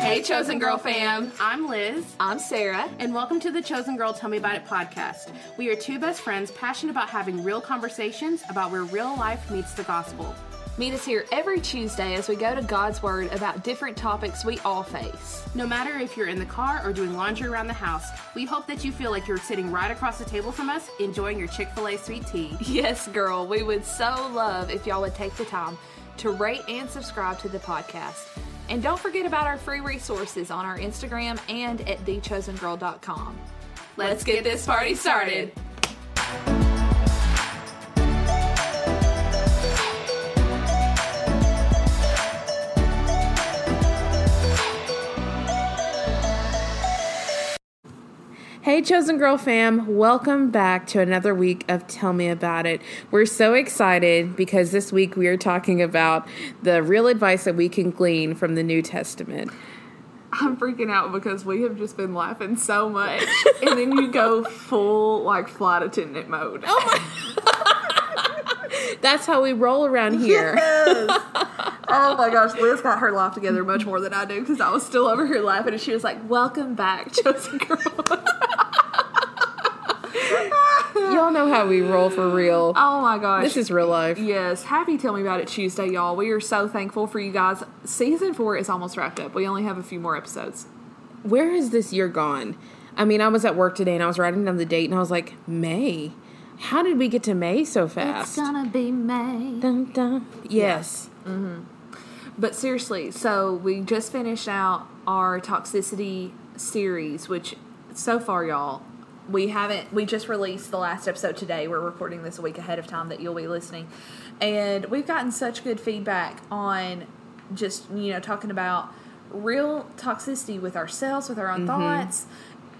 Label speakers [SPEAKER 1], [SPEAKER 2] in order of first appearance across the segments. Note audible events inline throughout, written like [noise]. [SPEAKER 1] Hey, Chosen Girl fam.
[SPEAKER 2] I'm Liz,
[SPEAKER 1] I'm Sarah.
[SPEAKER 2] and welcome to the Chosen Girl Tell Me About It podcast. We are two best friends passionate about having real conversations about where real life meets the gospel.
[SPEAKER 1] Meet us here every Tuesday as we go to God's Word about different topics we all face. [laughs]
[SPEAKER 2] No matter if you're in the car or doing laundry around the house, we hope that you feel like you're sitting right across the table from us enjoying your Chick fil A sweet tea.
[SPEAKER 1] Yes, girl, we would so love if y'all would take the time to rate and subscribe to the podcast. And don't forget about our free resources on our Instagram and at thechosengirl.com. Let's get this party started.
[SPEAKER 2] Hey, Chosen Girl fam, welcome back to another week of Tell Me About It. We're so excited because this week we are talking about the real advice that we can glean from the New Testament.
[SPEAKER 3] I'm freaking out because we have just been laughing
[SPEAKER 1] [laughs]
[SPEAKER 3] so much, and then you go full like flight attendant mode. Oh
[SPEAKER 2] That's how we roll around here.
[SPEAKER 3] [laughs] oh my gosh, Liz got her life together much more than I do because I was still over here laughing, and she was like, "Welcome back, chosen girl."
[SPEAKER 2] [laughs] Y'all know how we roll for real.
[SPEAKER 3] oh my gosh,
[SPEAKER 2] This is real life.
[SPEAKER 3] yes. Happy Tell Me About It Tuesday, y'all. We are so thankful for you guys. Season four is almost wrapped up. We only have a few more episodes.
[SPEAKER 2] Where has this year gone? I mean, I was at work today and I was writing down the date and I was like, May. How did we get to May so fast?
[SPEAKER 3] gonna be May.
[SPEAKER 2] Dun, dun. Yes.
[SPEAKER 3] But seriously, so we just finished out our toxicity series, which so far, y'all, we haven't, we just released the last episode today. We're recording this a week ahead of time that you'll be listening. And we've gotten such good feedback on just, you know, talking about real toxicity with ourselves, with our own thoughts.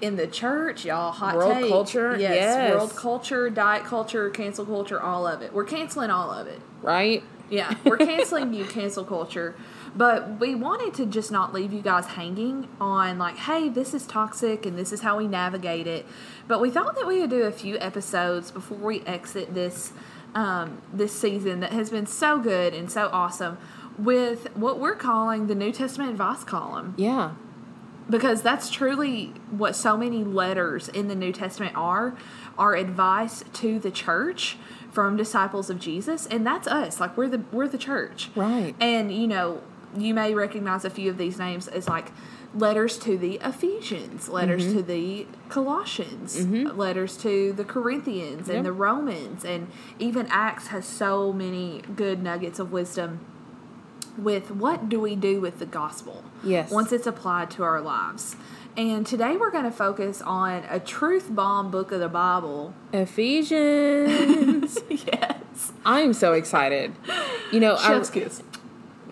[SPEAKER 3] In the church, y'all, hot
[SPEAKER 2] Mm-hmm. World
[SPEAKER 3] take.
[SPEAKER 2] culture,
[SPEAKER 3] yes,
[SPEAKER 2] yes.
[SPEAKER 3] world culture, diet culture, cancel culture, all of it. We're canceling all of it.
[SPEAKER 2] Right?
[SPEAKER 3] Yeah, we're canceling you, cancel culture. But we wanted to just not leave you guys hanging on, like, hey, this is toxic and this is how we navigate it. But we thought that we would do a few episodes before we exit this um, this season that has been so good and so awesome with what we're calling the New Testament advice column
[SPEAKER 2] Yeah.
[SPEAKER 3] because that's truly what so many letters in the New Testament are are advice to the church from disciples of Jesus and that's us like we're the we're the church
[SPEAKER 2] Right.
[SPEAKER 3] and you know you may recognize a few of these names as like letters to the Ephesians letters to the Colossians letters to the Corinthians and the Romans and even Acts has so many good nuggets of wisdom with what do we do with the gospel
[SPEAKER 2] Yes.
[SPEAKER 3] once it's applied to our lives and today we're going to focus on a truth bomb book of
[SPEAKER 2] [laughs]
[SPEAKER 3] the bible
[SPEAKER 2] Ephesians.
[SPEAKER 3] yes
[SPEAKER 2] I'm so excited. You know, I,
[SPEAKER 3] chef's kiss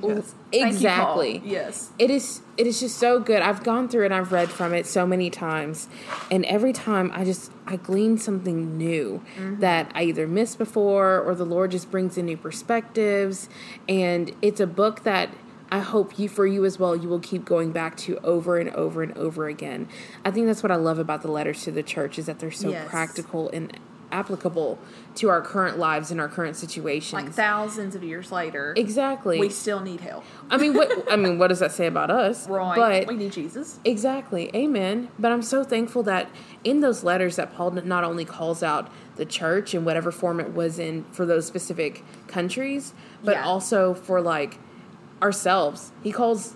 [SPEAKER 2] Yes.
[SPEAKER 3] exactly
[SPEAKER 2] Exactly.
[SPEAKER 3] yes
[SPEAKER 2] it is it is just so good i've gone through it i've read from it so many times and every time i just i glean something new
[SPEAKER 3] Mm-hmm.
[SPEAKER 2] that i either missed before or the lord just brings in new perspectives and it's a book that i hope you for you as well you will keep going back to over and over and over again i think that's what i love about the letters to the church is that they're so
[SPEAKER 3] Yes.
[SPEAKER 2] practical and applicable to our current lives and our current situations
[SPEAKER 3] like thousands of years later
[SPEAKER 2] exactly
[SPEAKER 3] we still need help
[SPEAKER 2] i mean what i mean what does that say about us
[SPEAKER 3] right
[SPEAKER 2] but
[SPEAKER 3] we need jesus
[SPEAKER 2] Exactly. Amen. But I'm so thankful that in those letters that Paul not only calls out the church in whatever form it was in for those specific countries, but
[SPEAKER 3] Yeah.
[SPEAKER 2] also for like ourselves. He calls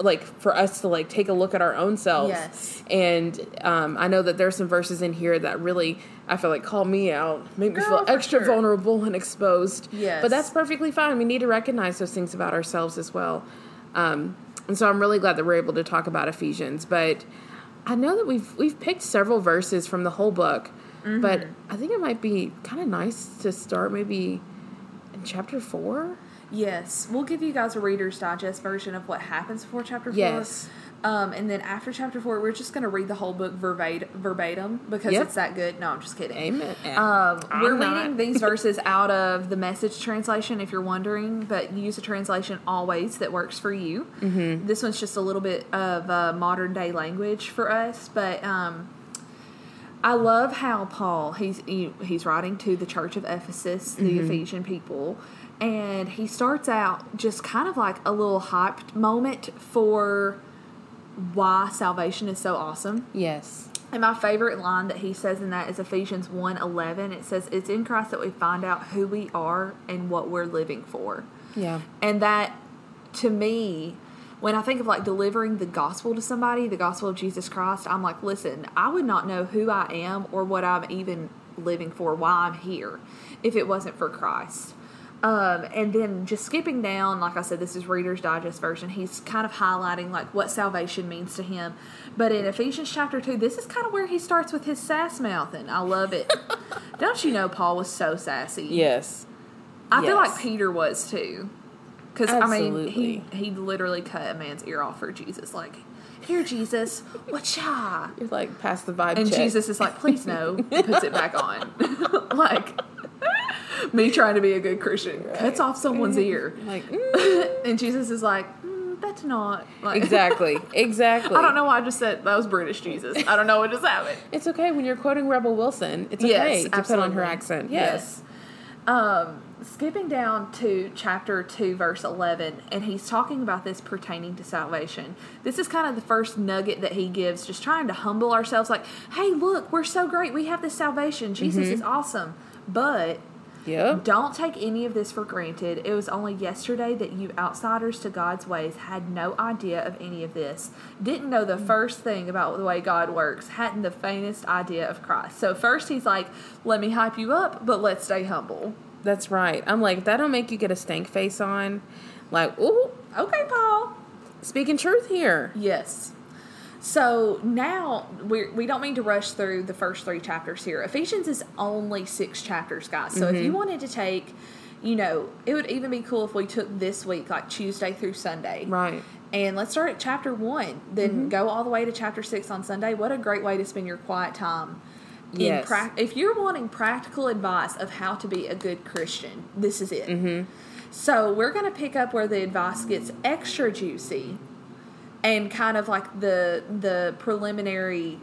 [SPEAKER 2] like for us to like take a look at our own selves.
[SPEAKER 3] Yes.
[SPEAKER 2] And um, I know that there's some verses in here that really I feel like call me out, make me
[SPEAKER 3] Girl,
[SPEAKER 2] feel
[SPEAKER 3] for
[SPEAKER 2] extra
[SPEAKER 3] sure.
[SPEAKER 2] vulnerable and exposed.
[SPEAKER 3] Yes.
[SPEAKER 2] But that's perfectly fine. We need to recognize those things about ourselves as well. Um, and so I'm really glad that we're able to talk about Ephesians. But I know that we've we've picked several verses from the whole book, but I think it might be kind of nice to start maybe in chapter four.
[SPEAKER 3] yes we'll give you guys a reader's digest version of what happens before chapter 4
[SPEAKER 2] Yes.
[SPEAKER 3] um, and then after chapter 4 we're just going to read the whole book verbatim, verbatim because
[SPEAKER 2] Yep.
[SPEAKER 3] it's that good no i'm just kidding
[SPEAKER 2] Amen. Eh,
[SPEAKER 3] Um,
[SPEAKER 2] I'm
[SPEAKER 3] we're
[SPEAKER 2] not.
[SPEAKER 3] reading these verses out of the message translation if you're wondering, but use a translation always that works for you. Mm-hmm. This one's just a little bit of uh, modern day language for us, but um, I love how Paul he's he, he's writing to the church of Ephesus, the
[SPEAKER 2] Mm-hmm.
[SPEAKER 3] Ephesian people, and he starts out just kind of like a little hyped moment for why salvation is so awesome.
[SPEAKER 2] Yes.
[SPEAKER 3] And my favorite line that he says in that is Ephesians 1 11. It says, It's in Christ that we find out who we are and what we're living for.
[SPEAKER 2] Yeah.
[SPEAKER 3] And that, to me, when I think of like delivering the gospel to somebody, the gospel of Jesus Christ, I'm like, listen, I would not know who I am or what I'm even living for, why I'm here, if it wasn't for Christ. Um, and then just skipping down, like I said, this is Reader's Digest version. He's kind of highlighting like what salvation means to him. But in Ephesians chapter 2, this is kind of where he starts with his sass mouthing. I love it. Don't you know Paul was so sassy?
[SPEAKER 2] Yes.
[SPEAKER 3] I feel
[SPEAKER 2] Yes.
[SPEAKER 3] like Peter was too. Because I mean, he
[SPEAKER 2] Absolutely.
[SPEAKER 3] he literally cut a man's ear off for Jesus. Like, here, Jesus, what ya?
[SPEAKER 2] You're like past the vibe
[SPEAKER 3] And
[SPEAKER 2] check.
[SPEAKER 3] Jesus is like, please no, and puts it back on. [laughs] like, me trying to be a good Christian cuts off someone's ear, [laughs]
[SPEAKER 2] Like mm,
[SPEAKER 3] and Jesus is like, mm, that's not
[SPEAKER 2] [laughs]
[SPEAKER 3] like
[SPEAKER 2] exactly, exactly.
[SPEAKER 3] I don't know why I just said that was British Jesus. I don't know what just happened.
[SPEAKER 2] It's okay when you're quoting Rebel Wilson. It's
[SPEAKER 3] Yes,
[SPEAKER 2] okay to put on her
[SPEAKER 3] absolutely.
[SPEAKER 2] accent. Yes.
[SPEAKER 3] Um, skipping down to chapter 2, verse 11, and he's talking about this pertaining to salvation. This is kind of the first nugget that he gives, just trying to humble ourselves like, hey, look, we're so great. We have this salvation. Jesus
[SPEAKER 2] Mm-hmm.
[SPEAKER 3] is awesome. But
[SPEAKER 2] Yep.
[SPEAKER 3] don't take any of this for granted. It was only yesterday that you outsiders to God's ways had no idea of any of this. Didn't know the first thing about the way God works. Hadn't the faintest idea of Christ. So first he's like, let me hype you up, but let's stay humble.
[SPEAKER 2] That's right. I'm like, that'll make you get a stank face on. Like, ooh,
[SPEAKER 3] Okay, Paul.
[SPEAKER 2] speaking truth here.
[SPEAKER 3] Yes. So now we're, we don't mean to rush through the first three chapters here. Ephesians is only six chapters, guys. So if you wanted to take, you know, it would even be cool if we took this week, like Tuesday through Sunday.
[SPEAKER 2] Right.
[SPEAKER 3] And let's start at chapter one, then go all the way to chapter six on Sunday. What a great way to spend your quiet time. In
[SPEAKER 2] Yes.
[SPEAKER 3] prac- if you're wanting practical advice of how to be a good Christian, this is it.
[SPEAKER 2] Mm-hmm.
[SPEAKER 3] So we're going to pick up where the advice gets extra juicy and kind of like the the preliminary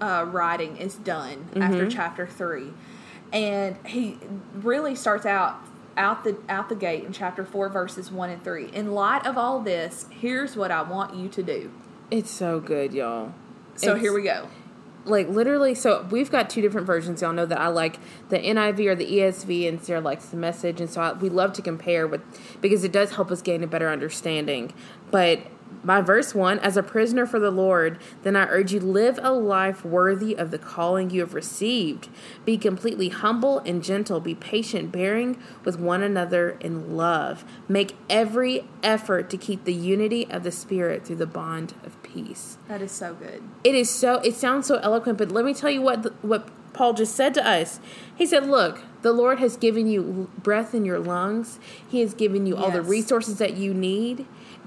[SPEAKER 3] uh, writing is done
[SPEAKER 2] Mm-hmm.
[SPEAKER 3] after chapter three, and he really starts out out the out the gate in chapter four verses one and three. In light of all this, here's what I want you to do.
[SPEAKER 2] It's so good, y'all.
[SPEAKER 3] So
[SPEAKER 2] It's-
[SPEAKER 3] here we go.
[SPEAKER 2] like literally so we've got two different versions y'all know that i like the niv or the esv and sarah likes the message and so I, we love to compare with because it does help us gain a better understanding but my verse one as a prisoner for the lord then i urge you live a life worthy of the calling you have received be completely humble and gentle be patient bearing with one another in love make every effort to keep the unity of the spirit through the bond of peace
[SPEAKER 3] That is so good.
[SPEAKER 2] it is so it sounds so eloquent but let me tell you what the, what paul just said to us he said look the lord has given you l- breath in your lungs he has given you all the
[SPEAKER 3] Yes.
[SPEAKER 2] resources that you need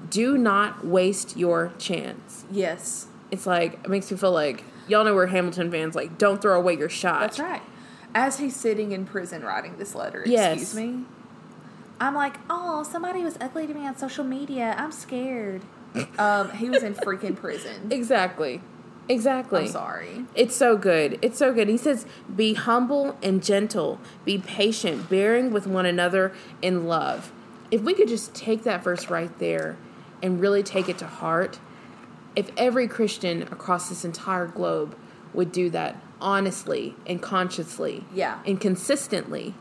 [SPEAKER 2] do not waste your chance
[SPEAKER 3] Yes,
[SPEAKER 2] it's like it makes me feel like y'all know we're hamilton fans like don't throw away your shot
[SPEAKER 3] that's right. As he's sitting in prison writing this letter,
[SPEAKER 2] Yes.
[SPEAKER 3] excuse me. I'm like, oh, somebody was ugly to me on social media. I'm scared. um, he was in freaking
[SPEAKER 2] [laughs]
[SPEAKER 3] prison.
[SPEAKER 2] exactly exactly
[SPEAKER 3] I'm sorry.
[SPEAKER 2] It's so good. It's so good. He says, Be humble and gentle, be patient, bearing with one another in love. If we could just take that verse right there and really take it to heart, if every Christian across this entire globe would do that honestly and consciously
[SPEAKER 3] Yeah.
[SPEAKER 2] and consistently,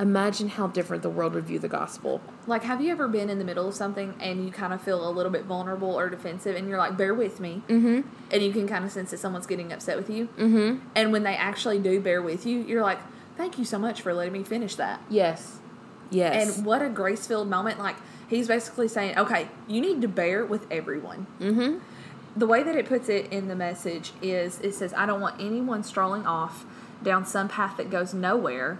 [SPEAKER 2] imagine how different the world would view the gospel.
[SPEAKER 3] Like, have you ever been in the middle of something and you kind of feel a little bit vulnerable or defensive and you're like, bear with me? Mm-hmm. And you can kind of sense that someone's getting upset with you. Mm-hmm. And when they actually do bear with you, you're like, thank you so much for letting me finish that.
[SPEAKER 2] Yes. Yes.
[SPEAKER 3] And what a grace filled moment. Like, he's basically saying, okay, you need to bear with everyone. Mm-hmm. The way that it puts it in the message is it says, I don't want anyone strolling off down some path that goes nowhere.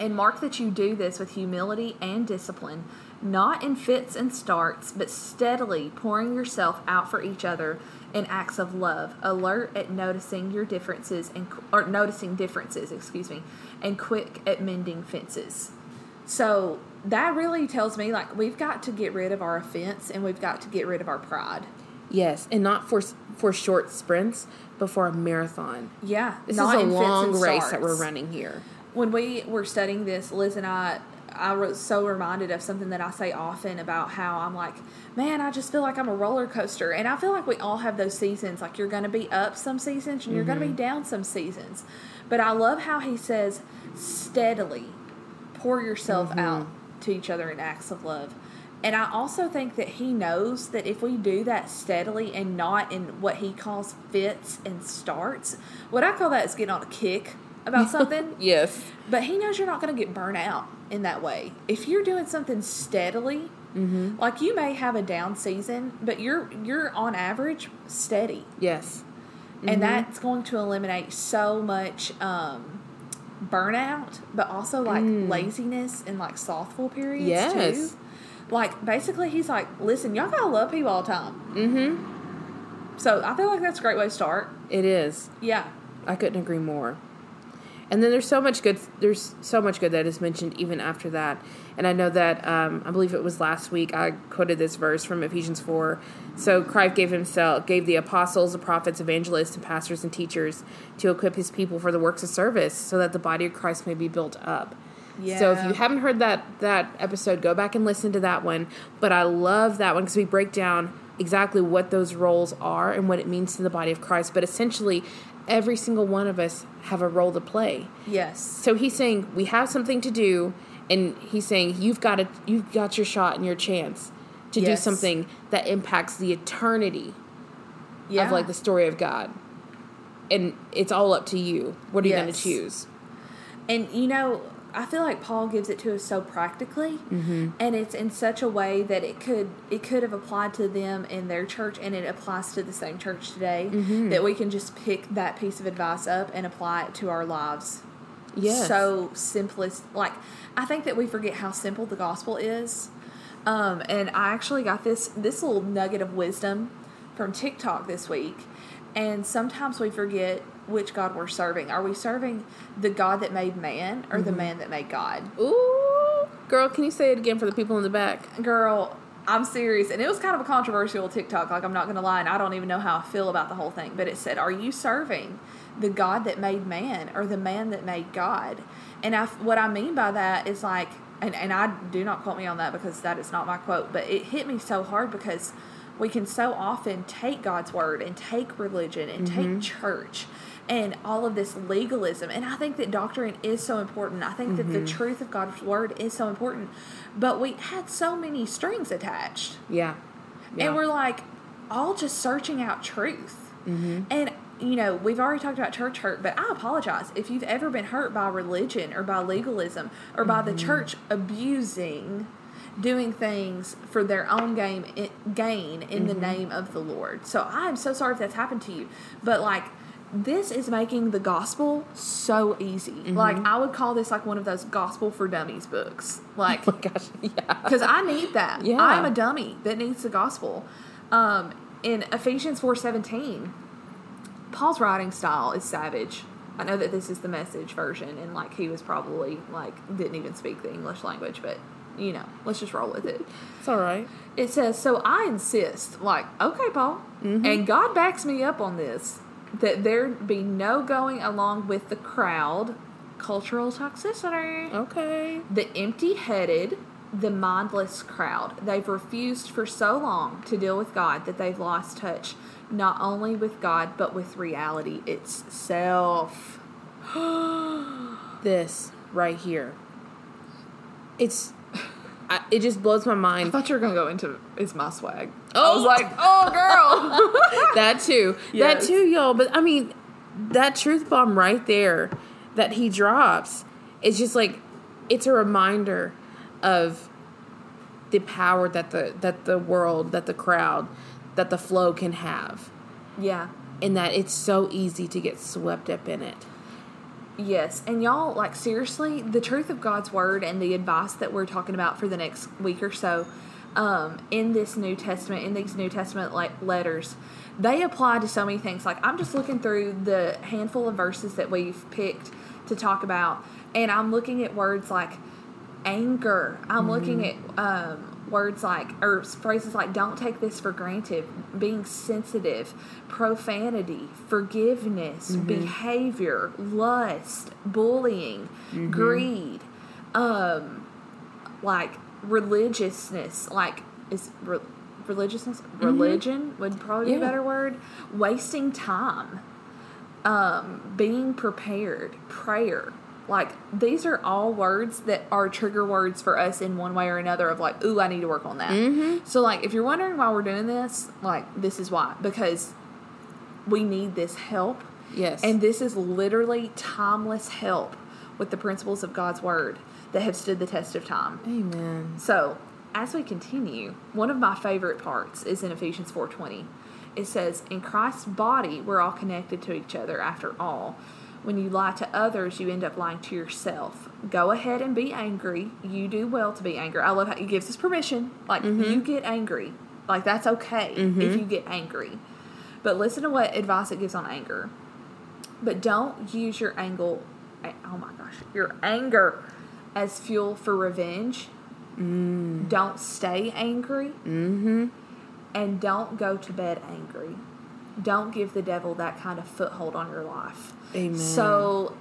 [SPEAKER 3] And mark that you do this with humility and discipline, not in fits and starts, but steadily pouring yourself out for each other in acts of love, alert at noticing your differences and or noticing differences, excuse me, and quick at mending fences. So that really tells me like we've got to get rid of our offense and we've got to get rid of our pride.
[SPEAKER 2] yes. And not for, for short sprints, but for a marathon.
[SPEAKER 3] Yeah,
[SPEAKER 2] This
[SPEAKER 3] not
[SPEAKER 2] is a
[SPEAKER 3] in fits
[SPEAKER 2] long
[SPEAKER 3] and
[SPEAKER 2] race that we're
[SPEAKER 3] starts.
[SPEAKER 2] running here.
[SPEAKER 3] when we were studying this, Liz and I, I was so reminded of something that I say often about how I'm like, man, I just feel like I'm a roller coaster. And I feel like we all have those seasons. Like you're going to be up some seasons and you're going to be down some seasons. But I love how he says, steadily pour yourself out to each other in acts of love. And I also think that he knows that if we do that steadily and not in what he calls fits and starts, what I call that is getting on a kick about something.
[SPEAKER 2] Yes.
[SPEAKER 3] But he knows you're not going to get burnt out in that way. If you're doing something steadily,
[SPEAKER 2] Mm-hmm.
[SPEAKER 3] like you may have a down season, but you're you're on average steady,
[SPEAKER 2] Yes. Mm-hmm.
[SPEAKER 3] and that's going to eliminate so much um, burnout, but also like laziness and like slothful periods
[SPEAKER 2] Mm. Yes.
[SPEAKER 3] too. Like basically, he's like, listen, y'all gotta love people all the time. Mm-hmm. So I feel like that's a great way to start.
[SPEAKER 2] It is.
[SPEAKER 3] Yeah.
[SPEAKER 2] I couldn't agree more. And then there's so much good. There's so much good that is mentioned even after that. And I know that um, I believe it was last week I quoted this verse from Ephesians four. So Christ gave himself gave the apostles, the prophets, evangelists, and pastors and teachers to equip his people for the works of service, so that the body of Christ may be built up. So if
[SPEAKER 3] Yeah.
[SPEAKER 2] you haven't heard that that episode, go back and listen to that one. But I love that one because we break down exactly what those roles are and what it means to the body of Christ. But essentially, every single one of us have a role to play.
[SPEAKER 3] Yes.
[SPEAKER 2] So he's saying we have something to do, and he's saying you've got a you've got your shot and your chance to do
[SPEAKER 3] Yes.
[SPEAKER 2] something that impacts the eternity
[SPEAKER 3] Yeah.
[SPEAKER 2] of like the story of God. And it's all up to you. What are you going to
[SPEAKER 3] Yes.
[SPEAKER 2] choose?
[SPEAKER 3] And you know, I feel like Paul gives it to us so practically, and it's in such a way that it could it could have applied to them in their church, and it applies to the same church today. That we can just pick that piece of advice up and apply it to our lives.
[SPEAKER 2] Yes.
[SPEAKER 3] So simplest, like I think that we forget how simple the gospel is. Um, and I actually got this this little nugget of wisdom from TikTok this week. And sometimes we forget which God we're serving. Are we serving the God that made man or the man that made God?
[SPEAKER 2] Ooh, girl, can you say it again for the people in the back?
[SPEAKER 3] Girl, I'm serious. And it was kind of a controversial TikTok. Like, I'm not going to lie. And I don't even know how I feel about the whole thing. But it said, Are you serving the God that made man or the man that made God? And I, what I mean by that is like, and, and I do not quote me on that because that is not my quote, but it hit me so hard because we can so often take God's word and take religion and take church and all of this legalism. And I think that doctrine is so important. I think that the truth of God's word is so important. But we had so many strings attached.
[SPEAKER 2] Yeah. Yeah.
[SPEAKER 3] And we're like all just searching out truth. And you know, we've already talked about church hurt, but I apologize if you've ever been hurt by religion or by legalism or by the church abusing doing things for their own game gain in the name of the Lord. So I am so sorry if that's happened to you, but like this is making the gospel so easy. Like I would call this like one of those gospel for dummies books. Like
[SPEAKER 2] [laughs] Oh my gosh. Yeah.
[SPEAKER 3] because I need that.
[SPEAKER 2] Yeah.
[SPEAKER 3] I'm a dummy that needs the gospel. Um, in Ephesians four seventeen, Paul's writing style is savage. I know that this is the message version, and like he was probably like didn't even speak the English language, but you know, let's just roll with it.
[SPEAKER 2] It's all right.
[SPEAKER 3] It says, "So I insist, like, okay, Paul, and God backs me up on this, that there be no going along with the crowd, cultural toxicity."
[SPEAKER 2] Okay.
[SPEAKER 3] the empty headed, the mindless crowd. They've refused for so long to deal with God that they've lost touch not only with God but with reality itself. [gasps]
[SPEAKER 2] This right here. It's. I, it just blows my [laughs] mind.
[SPEAKER 3] thought you were gonna go into is my swag.
[SPEAKER 2] Oh.
[SPEAKER 3] I was like, oh girl.
[SPEAKER 2] that too. That
[SPEAKER 3] Yes.
[SPEAKER 2] too, y'all. But I mean, that truth bomb right there that he drops is just like it's a reminder of the power that the that the world, that the crowd, that the flow can have.
[SPEAKER 3] yeah.
[SPEAKER 2] And that it's so easy to get swept up in it.
[SPEAKER 3] Yes, and y'all, like, seriously, the truth of God's word and the advice that we're talking about for the next week or so um, in this New Testament, in these New Testament like letters, they apply to so many things. Like, I'm just looking through the handful of verses that we've picked to talk about, and I'm looking at words like anger. I'm looking at um, words like, or phrases like, don't take this for granted, being sensitive, profanity, forgiveness, behavior, lust, bullying, greed. Um, like religiousness, like is re- religiousness religion would probably be
[SPEAKER 2] Yeah.
[SPEAKER 3] a better word. Wasting time, um, being prepared, prayer. Like these are all words that are trigger words for us in one way or another of like, ooh, I need to work on that. So like, if you're wondering why we're doing this, like this is why because we need this help.
[SPEAKER 2] Yes.
[SPEAKER 3] And this is literally timeless help with the principles of God's word that have stood the test of time.
[SPEAKER 2] Amen.
[SPEAKER 3] So, as we continue, one of my favorite parts is in Ephesians 4:20. It says, "In Christ's body, we're all connected to each other after all. When you lie to others, you end up lying to yourself. Go ahead and be angry. You do well to be angry." I love how he gives us permission. Like you get angry. Like that's okay if you get angry. But listen to what advice it gives on anger. But don't use your angle, oh my gosh, your anger as fuel for revenge. Don't stay angry. Mm-hmm. And don't go to bed angry. Don't give the devil that kind of foothold on your life.
[SPEAKER 2] Amen.
[SPEAKER 3] So,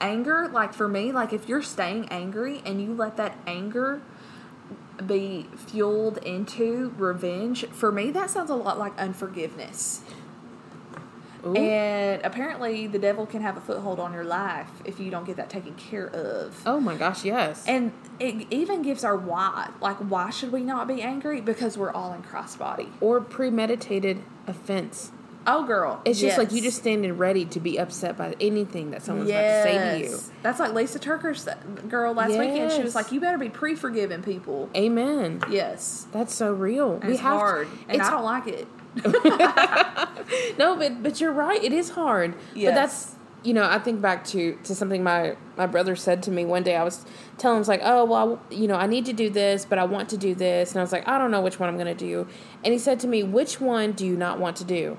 [SPEAKER 3] anger, like for me, like if you're staying angry and you let that anger be fueled into revenge, for me, that sounds a lot like unforgiveness.
[SPEAKER 2] Ooh.
[SPEAKER 3] And apparently, the devil can have a foothold on your life if you don't get that taken care of.
[SPEAKER 2] oh my gosh, yes.
[SPEAKER 3] And it even gives our why. Like, why should we not be angry? Because we're all in Christ's body.
[SPEAKER 2] or premeditated offense.
[SPEAKER 3] Oh, girl.
[SPEAKER 2] It's just like you
[SPEAKER 3] yes.
[SPEAKER 2] just standing ready to be upset by anything that someone's about to say to you.
[SPEAKER 3] Yes. That's like Lisa Turker's girl last weekend. She
[SPEAKER 2] Yes.
[SPEAKER 3] was like, you better be pre forgiving people.
[SPEAKER 2] Amen.
[SPEAKER 3] Yes.
[SPEAKER 2] That's so real.
[SPEAKER 3] And it's
[SPEAKER 2] to-
[SPEAKER 3] hard. and
[SPEAKER 2] it's
[SPEAKER 3] I don't like it. [laughs]
[SPEAKER 2] [laughs] No, but but you're right. It is hard. But
[SPEAKER 3] Yes.
[SPEAKER 2] that's you know I think back to to something my my brother said to me one day. I was telling him I was like, oh well, I- you know I need to do this, but I want to do this, and I was like, I don't know which one I'm going to do. And he said to me, which one do you not want to do?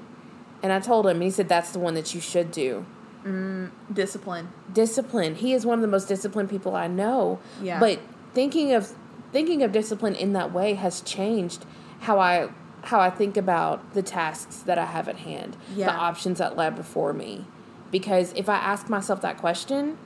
[SPEAKER 2] And I told him, and he said that's the one that you should do.
[SPEAKER 3] Discipline.
[SPEAKER 2] Discipline. He is one of the most disciplined people I know.
[SPEAKER 3] Yeah.
[SPEAKER 2] But thinking of thinking of discipline in that way has changed how I how I think about the tasks that I have at hand, the
[SPEAKER 3] Yeah.
[SPEAKER 2] options that lie before me. Because if I ask myself that question,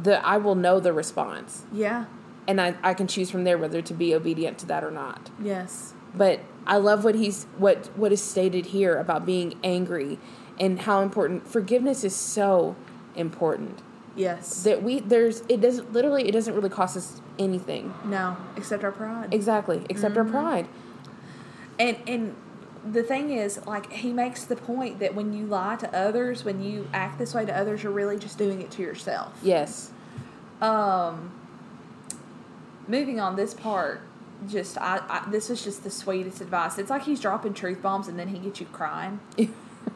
[SPEAKER 2] the I will know the response.
[SPEAKER 3] Yeah.
[SPEAKER 2] And I, I can choose from there whether to be obedient to that or not
[SPEAKER 3] Yes.
[SPEAKER 2] but I love what he's what what is stated here about being angry and how important forgiveness is so important
[SPEAKER 3] Yes.
[SPEAKER 2] that we there's it doesn't literally it doesn't really cost us anything
[SPEAKER 3] no, except our pride.
[SPEAKER 2] exactly except our pride
[SPEAKER 3] and and the thing is like he makes the point that when you lie to others when you act this way to others you're really just doing it to yourself
[SPEAKER 2] yes [laughs]
[SPEAKER 3] moving on this part just I, I this is just the sweetest advice it's like he's dropping truth bombs and then he gets you crying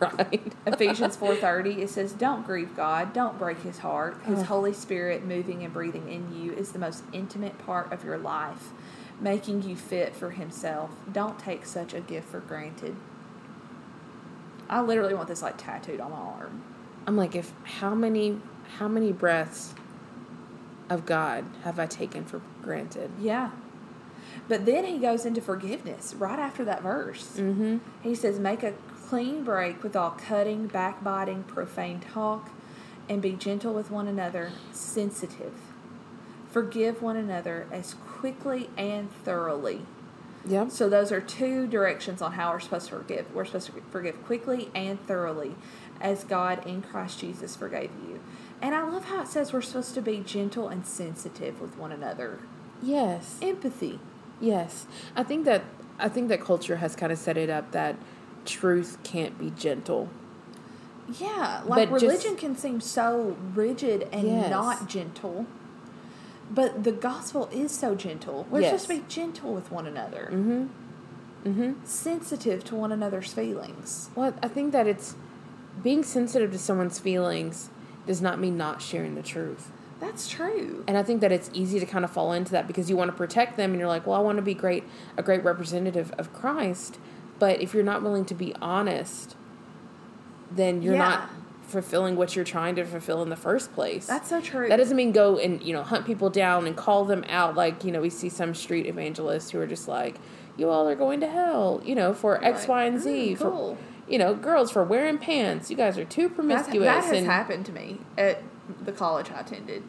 [SPEAKER 2] right
[SPEAKER 3] ephesians 4.30 it says don't grieve god don't break his heart his holy spirit moving and breathing in you is the most intimate part of your life making you fit for himself don't take such a gift for granted i literally want this like tattooed on my arm
[SPEAKER 2] I'm like if how many how many breaths of God have I taken for granted
[SPEAKER 3] Yeah. But then he goes into forgiveness right after that verse. Mm-hmm. He says, Make a clean break with all cutting, backbiting, profane talk, and be gentle with one another, sensitive. Forgive one another as quickly and thoroughly.
[SPEAKER 2] yep
[SPEAKER 3] So, those are two directions on how we're supposed to forgive. We're supposed to forgive quickly and thoroughly as God in Christ Jesus forgave you. And I love how it says we're supposed to be gentle and sensitive with one another.
[SPEAKER 2] yes
[SPEAKER 3] Empathy.
[SPEAKER 2] Yes, I think that I think that culture has kind of set it up that truth can't be gentle.
[SPEAKER 3] Yeah, like
[SPEAKER 2] But just-
[SPEAKER 3] religion can seem so rigid and
[SPEAKER 2] Yes.
[SPEAKER 3] not gentle. But the gospel is so gentle. We're supposed
[SPEAKER 2] Yes.
[SPEAKER 3] to be gentle with one another. Mm-hmm. Mm-hmm. Sensitive to one another's feelings.
[SPEAKER 2] Well, I think that it's being sensitive to someone's feelings does not mean not sharing the truth.
[SPEAKER 3] That's true.
[SPEAKER 2] And I think that it's easy to kind of fall into that because you want to protect them and you're like, "Well, I want to be great a great representative of Christ." But if you're not willing to be honest, then you're not
[SPEAKER 3] Yeah.
[SPEAKER 2] fulfilling what you're trying to fulfill in the first place.
[SPEAKER 3] That's so true.
[SPEAKER 2] That doesn't mean go and you know hunt people down and call them out like you know we see some street evangelists who are just like you all are going to hell you know for X,
[SPEAKER 3] Right.
[SPEAKER 2] Y, and Z
[SPEAKER 3] Mm,
[SPEAKER 2] for
[SPEAKER 3] cool.
[SPEAKER 2] you know girls for wearing pants. You guys are too
[SPEAKER 3] That,
[SPEAKER 2] promiscuous.
[SPEAKER 3] that has
[SPEAKER 2] and
[SPEAKER 3] happened to me at the college I attended.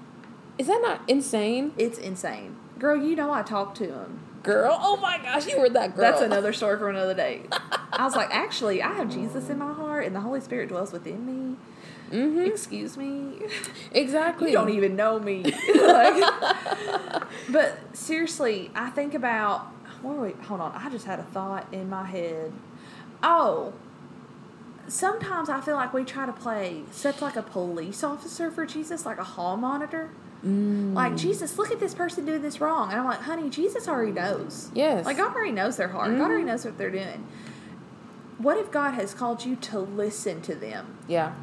[SPEAKER 2] is that not insane?
[SPEAKER 3] It's insane. Girl, you know I talked to him.
[SPEAKER 1] Girl, oh my gosh, you were that girl.
[SPEAKER 3] That's another story for
[SPEAKER 2] [laughs]
[SPEAKER 3] another day. I was like, actually, I have Jesus in my heart, and the Holy Spirit dwells within me.
[SPEAKER 2] Mm-hmm.
[SPEAKER 3] Excuse me. [laughs]
[SPEAKER 2] Exactly.
[SPEAKER 3] You don't e-, even know me. [laughs] Like, but seriously, I think about where were we hold on, I just had a thought in my head. Oh. Sometimes I feel like we try to play such like a police officer for Jesus, like a hall monitor. Like, Jesus, look at this person doing this wrong. And I'm like, honey, Jesus already knows.
[SPEAKER 2] Yes.
[SPEAKER 3] Like God already knows their heart. God already knows what they're doing. What if God has called you to listen to them?
[SPEAKER 2] yeah.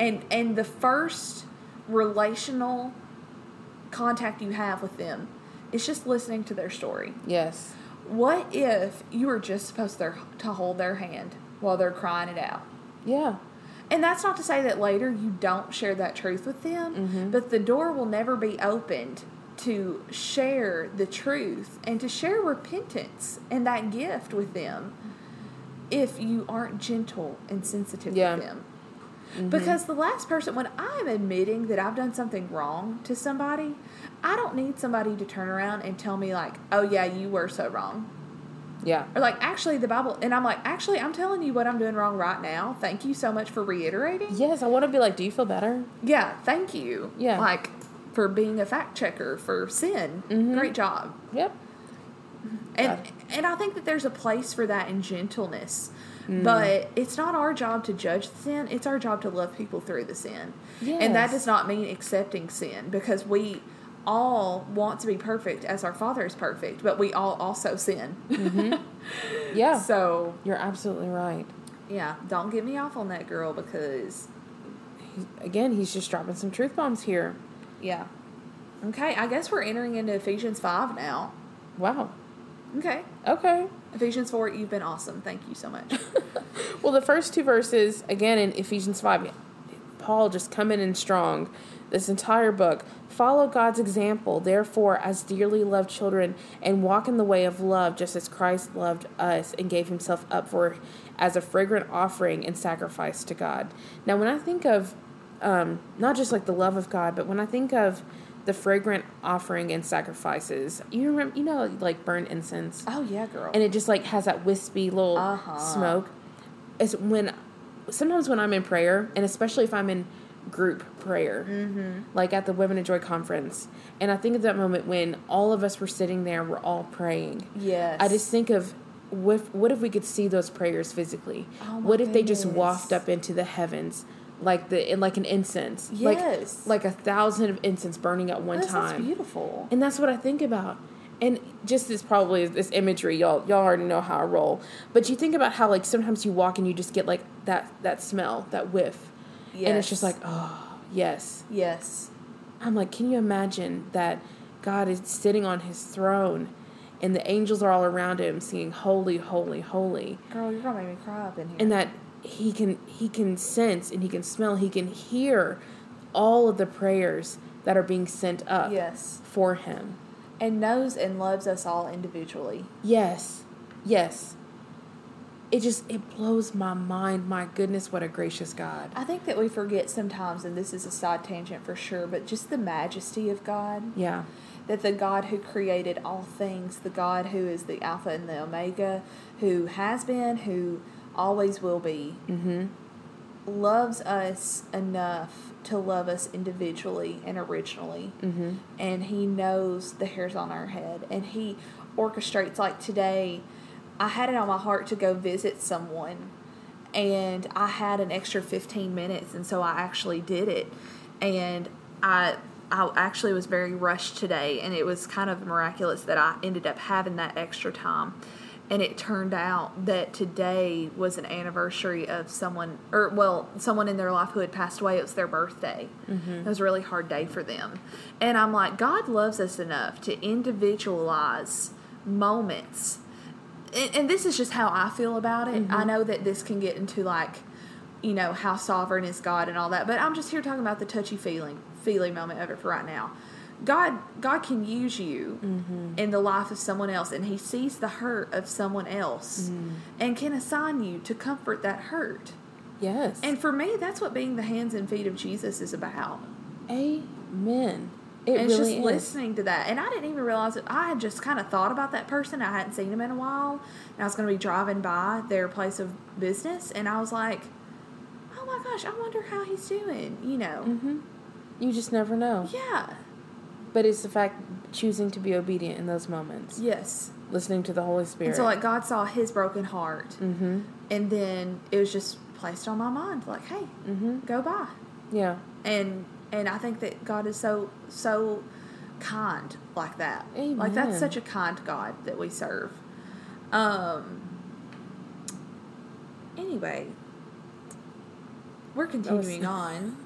[SPEAKER 3] and and the first relational contact you have with them is just listening to their story
[SPEAKER 2] Yes.
[SPEAKER 3] what if you were just supposed to, to hold their hand while they're crying it out
[SPEAKER 2] Yeah.
[SPEAKER 3] and that's not to say that later you don't share that truth with them but the door will never be opened to share the truth and to share repentance and that gift with them if you aren't gentle and sensitive
[SPEAKER 2] Yeah.
[SPEAKER 3] with them because the last person, when I'm admitting that I've done something wrong to somebody, I don't need somebody to turn around and tell me, like, oh, yeah, you were so wrong.
[SPEAKER 2] Yeah.
[SPEAKER 3] Or, like, actually, the Bible, and I'm like, actually, I'm telling you what I'm doing wrong right now. Thank you so much for reiterating.
[SPEAKER 2] Yes, I want to be like, do you feel better?
[SPEAKER 3] Yeah, thank you.
[SPEAKER 2] Yeah.
[SPEAKER 3] Like, for being a fact checker for sin.
[SPEAKER 2] Mm-hmm.
[SPEAKER 3] Great job.
[SPEAKER 2] Yep.
[SPEAKER 3] And, and I think that there's a place for that in gentleness.
[SPEAKER 2] Mm.
[SPEAKER 3] But it's not our job to judge the sin, it's our job to love people through the sin. And that
[SPEAKER 2] Yes.
[SPEAKER 3] does not mean accepting sin because we all want to be perfect as our Father is perfect, but we all also sin.
[SPEAKER 2] Yeah.
[SPEAKER 3] [laughs] so,
[SPEAKER 2] You're absolutely right.
[SPEAKER 3] yeah, don't get me off on that girl because,
[SPEAKER 2] Again, he's just dropping some truth bombs here.
[SPEAKER 3] yeah. Okay, I guess we're entering into Ephesians 5 now.
[SPEAKER 2] Wow.
[SPEAKER 3] Okay.
[SPEAKER 2] Okay.
[SPEAKER 3] Ephesians 4, you've been awesome. Thank you so much.
[SPEAKER 2] Well, the first two verses, again in Ephesians 5, Paul just coming in strong. This entire book. Follow God's example, therefore, as dearly loved children, and walk in the way of love, just as Christ loved us and gave himself up for as a fragrant offering and sacrifice to God. Now, when I think of um, not just like the love of God, but when I think of the fragrant offering and sacrifices, you remember, you know, like burnt incense
[SPEAKER 3] [laughs] oh, yeah, girl.
[SPEAKER 2] and it just like has that wispy little
[SPEAKER 3] Uh-huh.
[SPEAKER 2] smoke. It's when sometimes when I'm in prayer, and especially if I'm in group prayer,
[SPEAKER 3] Mm-hmm.
[SPEAKER 2] like at the Women of Joy conference, and I think of that moment when all of us were sitting there, we're all praying.
[SPEAKER 3] yes.
[SPEAKER 2] I just think of what if, what if we could see those prayers physically?
[SPEAKER 3] Oh my
[SPEAKER 2] what if they just
[SPEAKER 3] goodness.
[SPEAKER 2] waft up into the heavens? Like the in like an incense,
[SPEAKER 3] Yes.
[SPEAKER 2] like like a thousand of incense burning at one
[SPEAKER 3] This is
[SPEAKER 2] time,
[SPEAKER 3] beautiful.
[SPEAKER 2] and that's what I think about. And just this probably is this imagery, y'all y'all already know how I roll. But you think about how like sometimes you walk and you just get like that that smell, that whiff. And it's just
[SPEAKER 3] Yes.
[SPEAKER 2] like, oh yes.
[SPEAKER 3] Yes.
[SPEAKER 2] I'm like, can you imagine that God is sitting on his throne and the angels are all around him singing holy, holy, holy.
[SPEAKER 3] Girl, you're gonna make me cry up in here.
[SPEAKER 2] And that he can he can sense and he can smell, he can hear all of the prayers that are being sent up
[SPEAKER 3] yes.
[SPEAKER 2] for him.
[SPEAKER 3] uh, And knows and loves us all individually.
[SPEAKER 2] Yes. Yes. It just it blows my mind. My goodness, what a gracious God.
[SPEAKER 3] I think that we forget sometimes, and this is a side tangent for sure, but just the majesty of God.
[SPEAKER 2] Yeah.
[SPEAKER 3] That the God who created all things, the God who is the Alpha and the Omega, who has been, who always will be, loves us enough to love us individually and originally. Mm-hmm. And He knows the hairs on our head. And He orchestrates, like today, I had it on my heart to go visit someone. And I had an extra 15 minutes, and so I actually did it. And I. I actually was very rushed today, and it was kind of miraculous that I ended up having that extra time. And it turned out that today was an anniversary of someone, or well, someone in their life who had passed away. It was their birthday. It was a really hard day for them. And I'm like, God loves us enough to individualize moments. And, and this is just how I feel about it. I know that this can get into like, you know, how sovereign is God and all that, but I'm just here talking about the touchy feeling, feely moment of it for right now. God, God can use you in the life of someone else, and He sees the hurt of someone else, and can assign you to comfort that hurt.
[SPEAKER 2] Yes.
[SPEAKER 3] And for me, that's what being the hands and feet of Jesus is about.
[SPEAKER 2] amen. It
[SPEAKER 3] and it's
[SPEAKER 2] really
[SPEAKER 3] just
[SPEAKER 2] is.
[SPEAKER 3] listening to that. And I didn't even realize it. I had just kind of thought about that person. I hadn't seen him in a while. And I was going to be driving by their place of business. And I was like, oh my gosh, I wonder how he's doing, you know?
[SPEAKER 2] You just never know.
[SPEAKER 3] Yeah.
[SPEAKER 2] But it's the fact choosing to be obedient in those moments,
[SPEAKER 3] Yes.
[SPEAKER 2] listening to the Holy Spirit.
[SPEAKER 3] And so, like, God saw his broken heart.
[SPEAKER 2] Mm.
[SPEAKER 3] Mm-hmm. And then it was just placed on my mind, like, hey,
[SPEAKER 2] Mm-hmm.
[SPEAKER 3] go by.
[SPEAKER 2] yeah,
[SPEAKER 3] and and I think that God is so so kind like that. Like that's
[SPEAKER 2] Amen.
[SPEAKER 3] such a kind God that we serve. Um. Anyway, we're continuing on.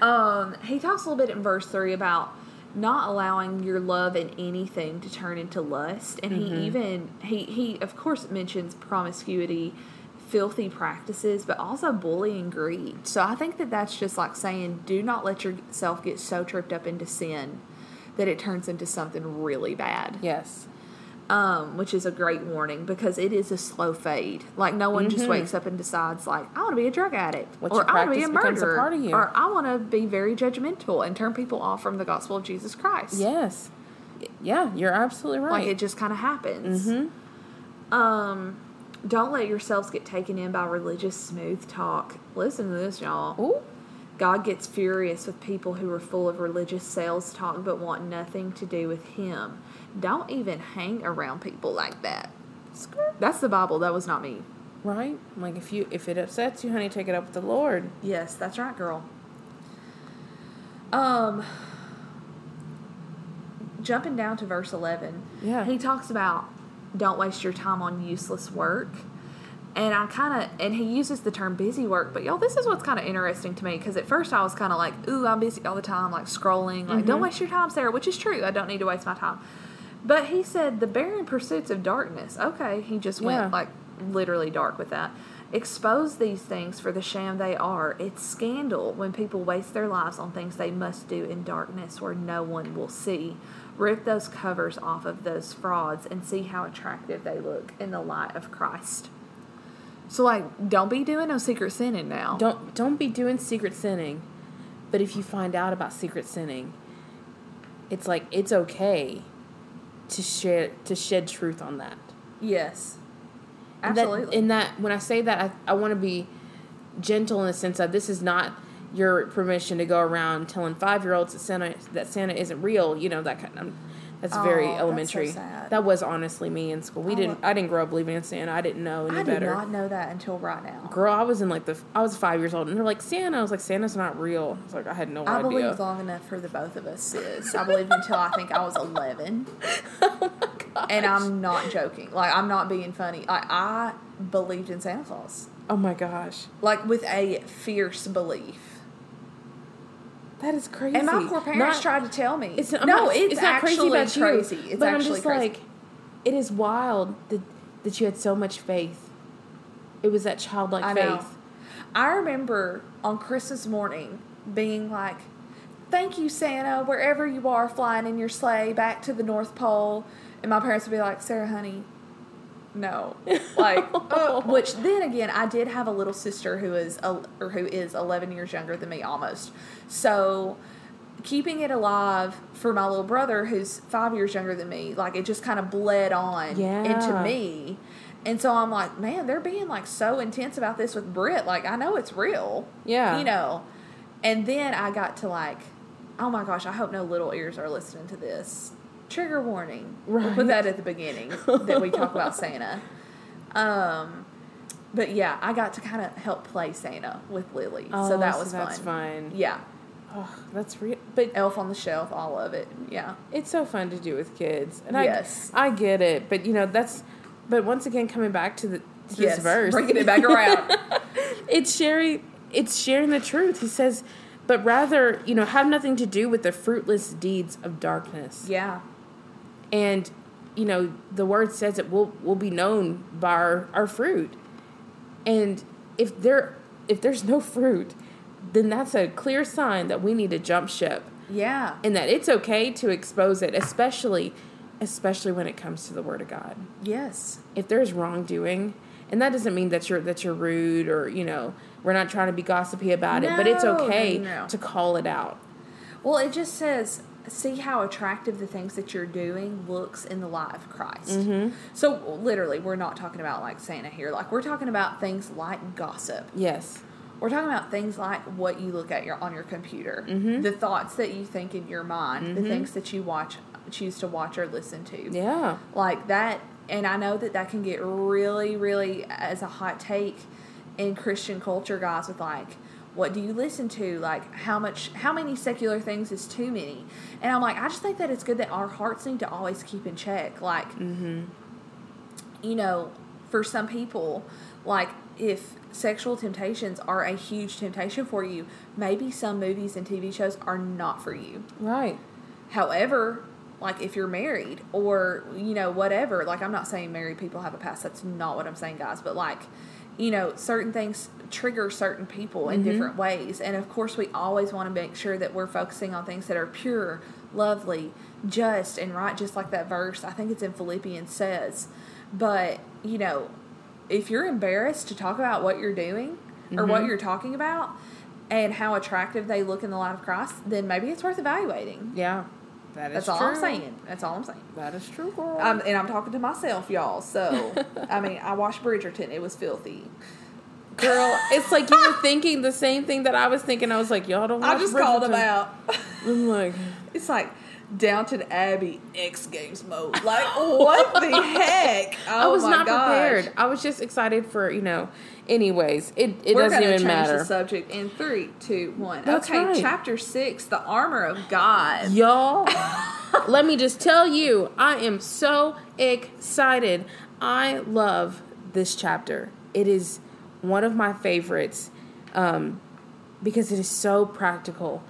[SPEAKER 3] um, he talks a little bit in verse three about not allowing your love in anything to turn into lust, and he even he he of course mentions promiscuity, filthy practices, but also bullying, greed. So I think that that's just like saying, do not let yourself get so tripped up into sin that it turns into something really bad
[SPEAKER 2] yes,
[SPEAKER 3] um, which is a great warning because it is a slow fade. Like no one just wakes up and decides like I want to be a drug addict
[SPEAKER 2] Mm-hmm. What
[SPEAKER 3] or
[SPEAKER 2] you
[SPEAKER 3] I want to be a
[SPEAKER 2] practice becomes a
[SPEAKER 3] murderer
[SPEAKER 2] part of you.
[SPEAKER 3] or I want to be very judgmental and turn people off from the gospel of Jesus Christ.
[SPEAKER 2] yes, yeah. You're absolutely
[SPEAKER 3] like
[SPEAKER 2] right.
[SPEAKER 3] it just kind of happens.
[SPEAKER 2] Mm-hmm.
[SPEAKER 3] Um, don't let yourselves get taken in by religious smooth talk. Listen to this, y'all.
[SPEAKER 2] Ooh,
[SPEAKER 3] God gets furious with people who are full of religious sales talk but want nothing to do with Him. Don't even hang around people like that.
[SPEAKER 2] skirt.
[SPEAKER 3] That's the Bible. That was not me.
[SPEAKER 2] right. Like if you if it upsets you, honey, take it up with the Lord.
[SPEAKER 3] Yes, that's right, girl. Um, jumping down to verse 11.
[SPEAKER 2] Yeah.
[SPEAKER 3] He talks about don't waste your time on useless work. And I kind of, and he uses the term busy work, but y'all, this is what's kind of interesting to me because at first I was kind of like, ooh, I'm busy all the time, like scrolling, like, don't waste your time, Sarah, which is true. I don't need to waste my time. But he said, the barren pursuits of darkness. Okay, he just went
[SPEAKER 2] Yeah.
[SPEAKER 3] like literally dark with that. Expose these things for the sham they are. It's scandal when people waste their lives on things they must do in darkness where no one will see. Rip those covers off of those frauds and see how attractive they look in the light of Christ. So, like, don't be doing no secret sinning now.
[SPEAKER 2] Don't don't be doing secret sinning. But if you find out about secret sinning, it's like it's okay to share to shed truth on that.
[SPEAKER 3] Yes.
[SPEAKER 2] And that-
[SPEAKER 3] Absolutely.
[SPEAKER 2] and that when I say that, I, I want to be gentle in the sense that this is not your permission to go around telling five year olds that Santa that Santa isn't real. You know that kind. Of, that's very
[SPEAKER 3] Aw, that's so
[SPEAKER 2] elementary.
[SPEAKER 3] sad.
[SPEAKER 2] That was honestly me in school. We didn't. I didn't grow up believing in Santa. I didn't know any
[SPEAKER 3] I did
[SPEAKER 2] better.
[SPEAKER 3] not know that until right now.
[SPEAKER 2] Girl, I was in like the I was five years old, and they're like Santa. I was like Santa's not real. I was like I had no
[SPEAKER 3] I
[SPEAKER 2] idea.
[SPEAKER 3] believed long enough for the both of us, sis. I believed until I think I
[SPEAKER 2] [laughs]
[SPEAKER 3] was 11.
[SPEAKER 2] Oh
[SPEAKER 3] And I'm not joking. Like, I'm not being funny. Like, I believed in Santa Claus.
[SPEAKER 2] oh my gosh,
[SPEAKER 3] Like, with a fierce belief.
[SPEAKER 2] that is crazy.
[SPEAKER 3] And my poor parents
[SPEAKER 2] Not-
[SPEAKER 3] tried to tell me.
[SPEAKER 2] It's
[SPEAKER 3] no,
[SPEAKER 2] I'm not,
[SPEAKER 3] it's,
[SPEAKER 2] it's not
[SPEAKER 3] actually
[SPEAKER 2] crazy about you,
[SPEAKER 3] crazy. It's
[SPEAKER 2] but
[SPEAKER 3] actually
[SPEAKER 2] I'm just
[SPEAKER 3] crazy.
[SPEAKER 2] like, it is wild that that you had so much faith. It was that childlike
[SPEAKER 3] I
[SPEAKER 2] faith.
[SPEAKER 3] know. I remember on Christmas morning being like, "Thank you, Santa, wherever you are, flying in your sleigh back to the North Pole," and my parents would be like, "Sarah, honey." [laughs] No, like, uh, which then again, I did have a little sister who is el- or who is eleven years younger than me, almost. So, keeping it alive for my little brother, who's five years younger than me, like it just kind of bled on into
[SPEAKER 2] Yeah.
[SPEAKER 3] me me. And so I'm like, man, they're being like so intense about this with Brit. Like, I know it's real.
[SPEAKER 2] Yeah.
[SPEAKER 3] You know. And then I got to like, oh my gosh, I hope no little ears are listening to this. Trigger warning. We'll put
[SPEAKER 2] Right.
[SPEAKER 3] that at the beginning that we talk
[SPEAKER 2] [laughs]
[SPEAKER 3] about Santa. Um but yeah, I got to kind of help play Santa with Lily. so
[SPEAKER 2] Oh,
[SPEAKER 3] that
[SPEAKER 2] so
[SPEAKER 3] was
[SPEAKER 2] that's
[SPEAKER 3] fun.
[SPEAKER 2] fun.
[SPEAKER 3] Yeah.
[SPEAKER 2] Oh, that's real, but
[SPEAKER 3] Elf on the shelf, all of it. Yeah.
[SPEAKER 2] it's so fun to do with kids. And
[SPEAKER 3] Yes.
[SPEAKER 2] I, I get it, but you know that's. But once again, coming back to the to
[SPEAKER 3] Yes.
[SPEAKER 2] this verse,
[SPEAKER 3] Bringing it
[SPEAKER 2] [laughs]
[SPEAKER 3] back around.
[SPEAKER 2] it's sharing it's sharing the truth he says but rather you know have nothing to do with the fruitless deeds of darkness
[SPEAKER 3] yeah.
[SPEAKER 2] and you know the word says it will will be known by our, our fruit and if there if there's no fruit then that's a clear sign that we need to jump ship
[SPEAKER 3] Yeah.
[SPEAKER 2] and that it's okay to expose it especially especially when it comes to the word of god
[SPEAKER 3] Yes.
[SPEAKER 2] if there's wrongdoing and that doesn't mean that you're that you're rude or you know we're not trying to be gossipy about it but it's
[SPEAKER 3] No, no,
[SPEAKER 2] okay
[SPEAKER 3] no.
[SPEAKER 2] to call it out
[SPEAKER 3] Well, it just says see how attractive the things that you're doing looks in the light of Christ. So literally, we're not talking about like Santa here. Like we're talking about things like gossip.
[SPEAKER 2] Yes.
[SPEAKER 3] We're talking about things like what you look at your on your computer, the thoughts that you think in your mind, the things that you watch, choose to watch or listen to.
[SPEAKER 2] Yeah.
[SPEAKER 3] Like that, and I know that that can get really, really as a hot take in Christian culture, guys. With like, what do you listen to? Like, how much, how many secular things is too many? And I'm like, I just think that it's good that our hearts need to always keep in check. Like, you know, for some people, like if sexual temptations are a huge temptation for you, maybe some movies and TV shows are not for you.
[SPEAKER 2] Right.
[SPEAKER 3] However, like if you're married or you know whatever, like I'm not saying married people have a past. That's not what I'm saying, guys. But like, you know, certain things trigger certain people in different ways, and of course, we always want to make sure that we're focusing on things that are pure, lovely, just, and right. Just like that verse, I think it's in Philippians says. But you know, if you're embarrassed to talk about what you're doing or what you're talking about and how attractive they look in the light of Christ, then maybe it's worth evaluating.
[SPEAKER 2] Yeah. That is
[SPEAKER 3] That's all I'm
[SPEAKER 2] true.
[SPEAKER 3] saying. That's all I'm saying.
[SPEAKER 2] That is true, girl.
[SPEAKER 3] Um, and I'm talking to myself,
[SPEAKER 2] [laughs]
[SPEAKER 3] y'all. So, I mean, I watched Bridgerton. It was filthy.
[SPEAKER 2] girl, it's like you were thinking the same thing that I was thinking. I was like, y'all don't.
[SPEAKER 3] I
[SPEAKER 2] watch
[SPEAKER 3] just called them
[SPEAKER 2] Bridgerton.
[SPEAKER 3] out.
[SPEAKER 2] I'm like,
[SPEAKER 3] [laughs] It's like Downton Abbey X Games mode.
[SPEAKER 2] [laughs]
[SPEAKER 3] Like, what the heck? Oh
[SPEAKER 2] I was
[SPEAKER 3] my
[SPEAKER 2] not
[SPEAKER 3] gosh.
[SPEAKER 2] prepared. I was just excited for you know. Anyways, it it
[SPEAKER 3] We're
[SPEAKER 2] doesn't
[SPEAKER 3] gonna
[SPEAKER 2] even
[SPEAKER 3] change
[SPEAKER 2] matter.
[SPEAKER 3] the subject in three, two, one.
[SPEAKER 2] That's
[SPEAKER 3] okay,
[SPEAKER 2] right.
[SPEAKER 3] chapter six, the armor of God.
[SPEAKER 2] Y'all, let me just tell you, I am so excited. I love this chapter. It is one of my favorites um, because it is so practical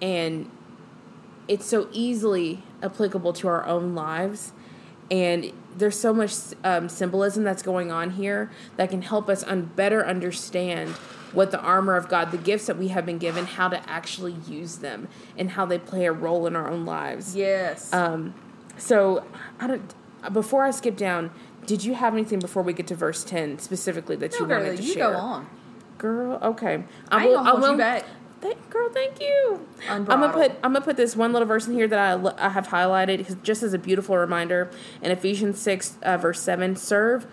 [SPEAKER 2] and it's so easily applicable to our own lives. And there's so much um, symbolism that's going on here that can help us un- better understand what the armor of God, the gifts that we have been given, how to actually use them, and how they play a role in our own lives.
[SPEAKER 3] Yes.
[SPEAKER 2] Um, so, I don't. Before I skip down, did you have anything before we get to verse ten specifically that
[SPEAKER 3] no,
[SPEAKER 2] you
[SPEAKER 3] girl,
[SPEAKER 2] wanted to
[SPEAKER 3] you
[SPEAKER 2] share?
[SPEAKER 3] go on.
[SPEAKER 2] Girl, okay.
[SPEAKER 3] I ain't gonna hold you back.
[SPEAKER 2] Thank, girl, thank you. I'm gonna
[SPEAKER 3] Unbridled.
[SPEAKER 2] put I'm gonna put this one little verse in here that I, l- I have highlighted 'cause- just as a beautiful reminder in Ephesians six uh, verse seven. Serve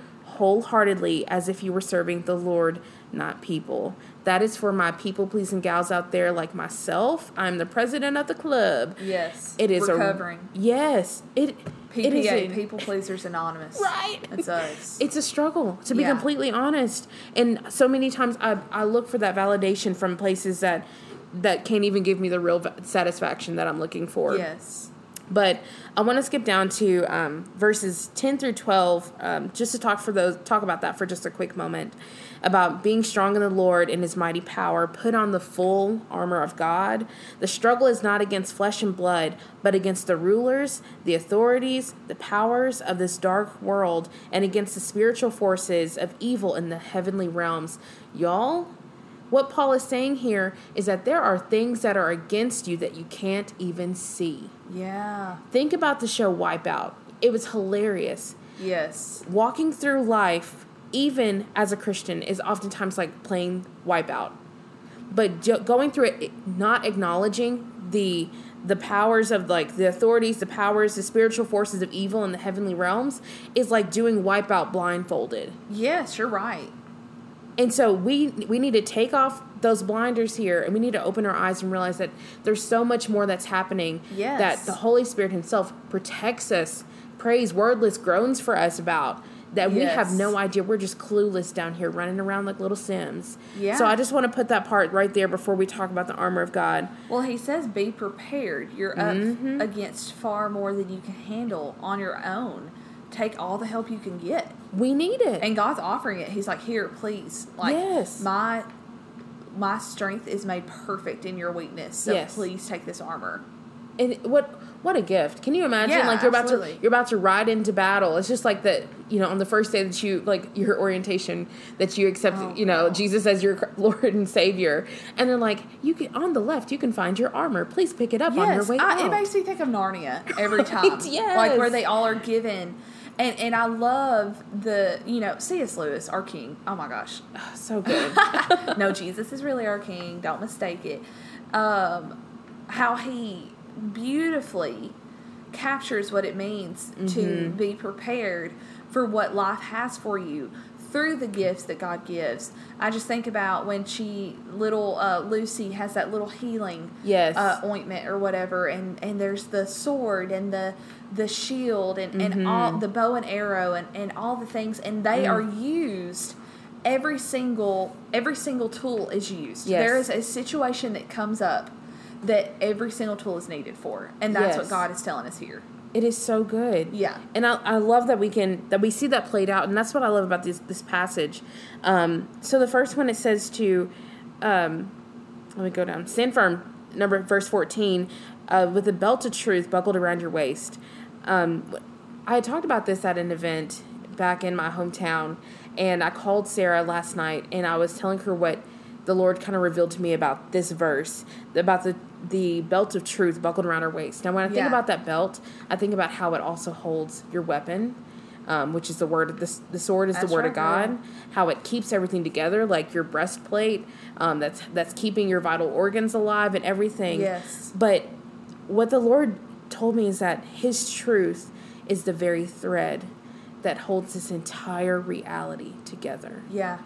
[SPEAKER 2] wholeheartedly as if you were serving the Lord, not people. That is for my people pleasing gals out there like myself. I'm the president of the club.
[SPEAKER 3] Yes.
[SPEAKER 2] It is
[SPEAKER 3] recovering.
[SPEAKER 2] A, yes, it it is
[SPEAKER 3] PPA,
[SPEAKER 2] a-
[SPEAKER 3] People Pleasers Anonymous.
[SPEAKER 2] [laughs] Right.
[SPEAKER 3] That's us.
[SPEAKER 2] it's a struggle to be
[SPEAKER 3] Yeah.
[SPEAKER 2] completely honest and so many times I, I look for that validation from places that that can't even give me the real va- satisfaction that i'm looking for
[SPEAKER 3] yes.
[SPEAKER 2] but i want to skip down to um, verses 10 through 12 um, just to talk for those talk about that for just a quick moment about being strong in the lord and his mighty power put on the full armor of god the struggle is not against flesh and blood but against the rulers the authorities the powers of this dark world and against the spiritual forces of evil in the heavenly realms y'all what paul is saying here is that there are things that are against you that you can't even see
[SPEAKER 3] Yeah.
[SPEAKER 2] Think about the show Wipeout. It was hilarious.
[SPEAKER 3] Yes.
[SPEAKER 2] Walking through life, even as a Christian, is oftentimes like playing Wipeout. But jo- going through it, it- not acknowledging the the powers of like the authorities, the powers, the spiritual forces of evil in the heavenly realms is like doing Wipeout blindfolded.
[SPEAKER 3] Yes, you're right.
[SPEAKER 2] And so we we need to take off those blinders here and we need to open our eyes and realize that there's so much more that's happening
[SPEAKER 3] Yes.
[SPEAKER 2] that the Holy Spirit himself protects us, prays wordless groans for us about that we have
[SPEAKER 3] Yes.
[SPEAKER 2] no idea. We're just clueless down here running around like little sims.
[SPEAKER 3] Yeah.
[SPEAKER 2] So I just want to put that part right there before we talk about the armor of God.
[SPEAKER 3] Well, he says be prepared. You're up
[SPEAKER 2] Mm-hmm.
[SPEAKER 3] against far more than you can handle on your own. Take all the help you can get.
[SPEAKER 2] We need it.
[SPEAKER 3] And God's offering it. He's like, "Here, please. Like
[SPEAKER 2] Yes.
[SPEAKER 3] my my strength is made perfect in your weakness. So
[SPEAKER 2] Yes.
[SPEAKER 3] please take this armor."
[SPEAKER 2] and what what a gift can you imagine
[SPEAKER 3] Yeah,
[SPEAKER 2] like you're about
[SPEAKER 3] absolutely.
[SPEAKER 2] to you're about to ride into battle it's just like that you know on the first day that you like your orientation that you accept
[SPEAKER 3] Oh,
[SPEAKER 2] you know
[SPEAKER 3] wow.
[SPEAKER 2] jesus as your [laughs] cr- lord and savior and they're like you can on the left you can find your armor please pick it up on your way
[SPEAKER 3] I, it
[SPEAKER 2] out
[SPEAKER 3] makes me think of Narnia
[SPEAKER 2] [laughs]
[SPEAKER 3] every time. like
[SPEAKER 2] yes.
[SPEAKER 3] where they all are given, and and I love the you know C.S. Lewis, our king. Oh my gosh,
[SPEAKER 2] so good
[SPEAKER 3] no, Jesus is really our king. Don't mistake it. Um, how he beautifully captures what it means to be prepared for what life has for you through the gifts that God gives. I just think about when she little uh, Lucy has that little healing
[SPEAKER 2] Yes.
[SPEAKER 3] uh, ointment or whatever, and and there's the sword and the the shield and
[SPEAKER 2] Mm-hmm.
[SPEAKER 3] and all the bow and arrow and and all the things, and they
[SPEAKER 2] Mm.
[SPEAKER 3] are used. Every single every single tool is used.
[SPEAKER 2] Yes.
[SPEAKER 3] There is a situation that comes up that every single tool is needed for, and that's what
[SPEAKER 2] Yes.
[SPEAKER 3] God is telling us here.
[SPEAKER 2] It is so good.
[SPEAKER 3] Yeah.
[SPEAKER 2] And I, I love that we can that we see that played out, and that's what I love about this this passage. Um, so the first one it says to, um, let me go down. Stand firm, number verse fourteen, uh, with a belt of truth buckled around your waist. Um, I had talked about this at an event back in my hometown, and I called Sarah last night, and I was telling her what the Lord kind of revealed to me about this verse about the the belt of truth buckled around her waist. Now, when I think
[SPEAKER 3] Yeah.
[SPEAKER 2] about that belt, I think about how it also holds your weapon, um, which is the word. The, s- the sword is
[SPEAKER 3] That's
[SPEAKER 2] the word
[SPEAKER 3] right,
[SPEAKER 2] of God.
[SPEAKER 3] girl.
[SPEAKER 2] How it keeps everything together, like your breastplate, um, that's that's keeping your vital organs alive and everything.
[SPEAKER 3] Yes.
[SPEAKER 2] But what the Lord told me is that His truth is the very thread that holds this entire reality together.
[SPEAKER 3] Yeah.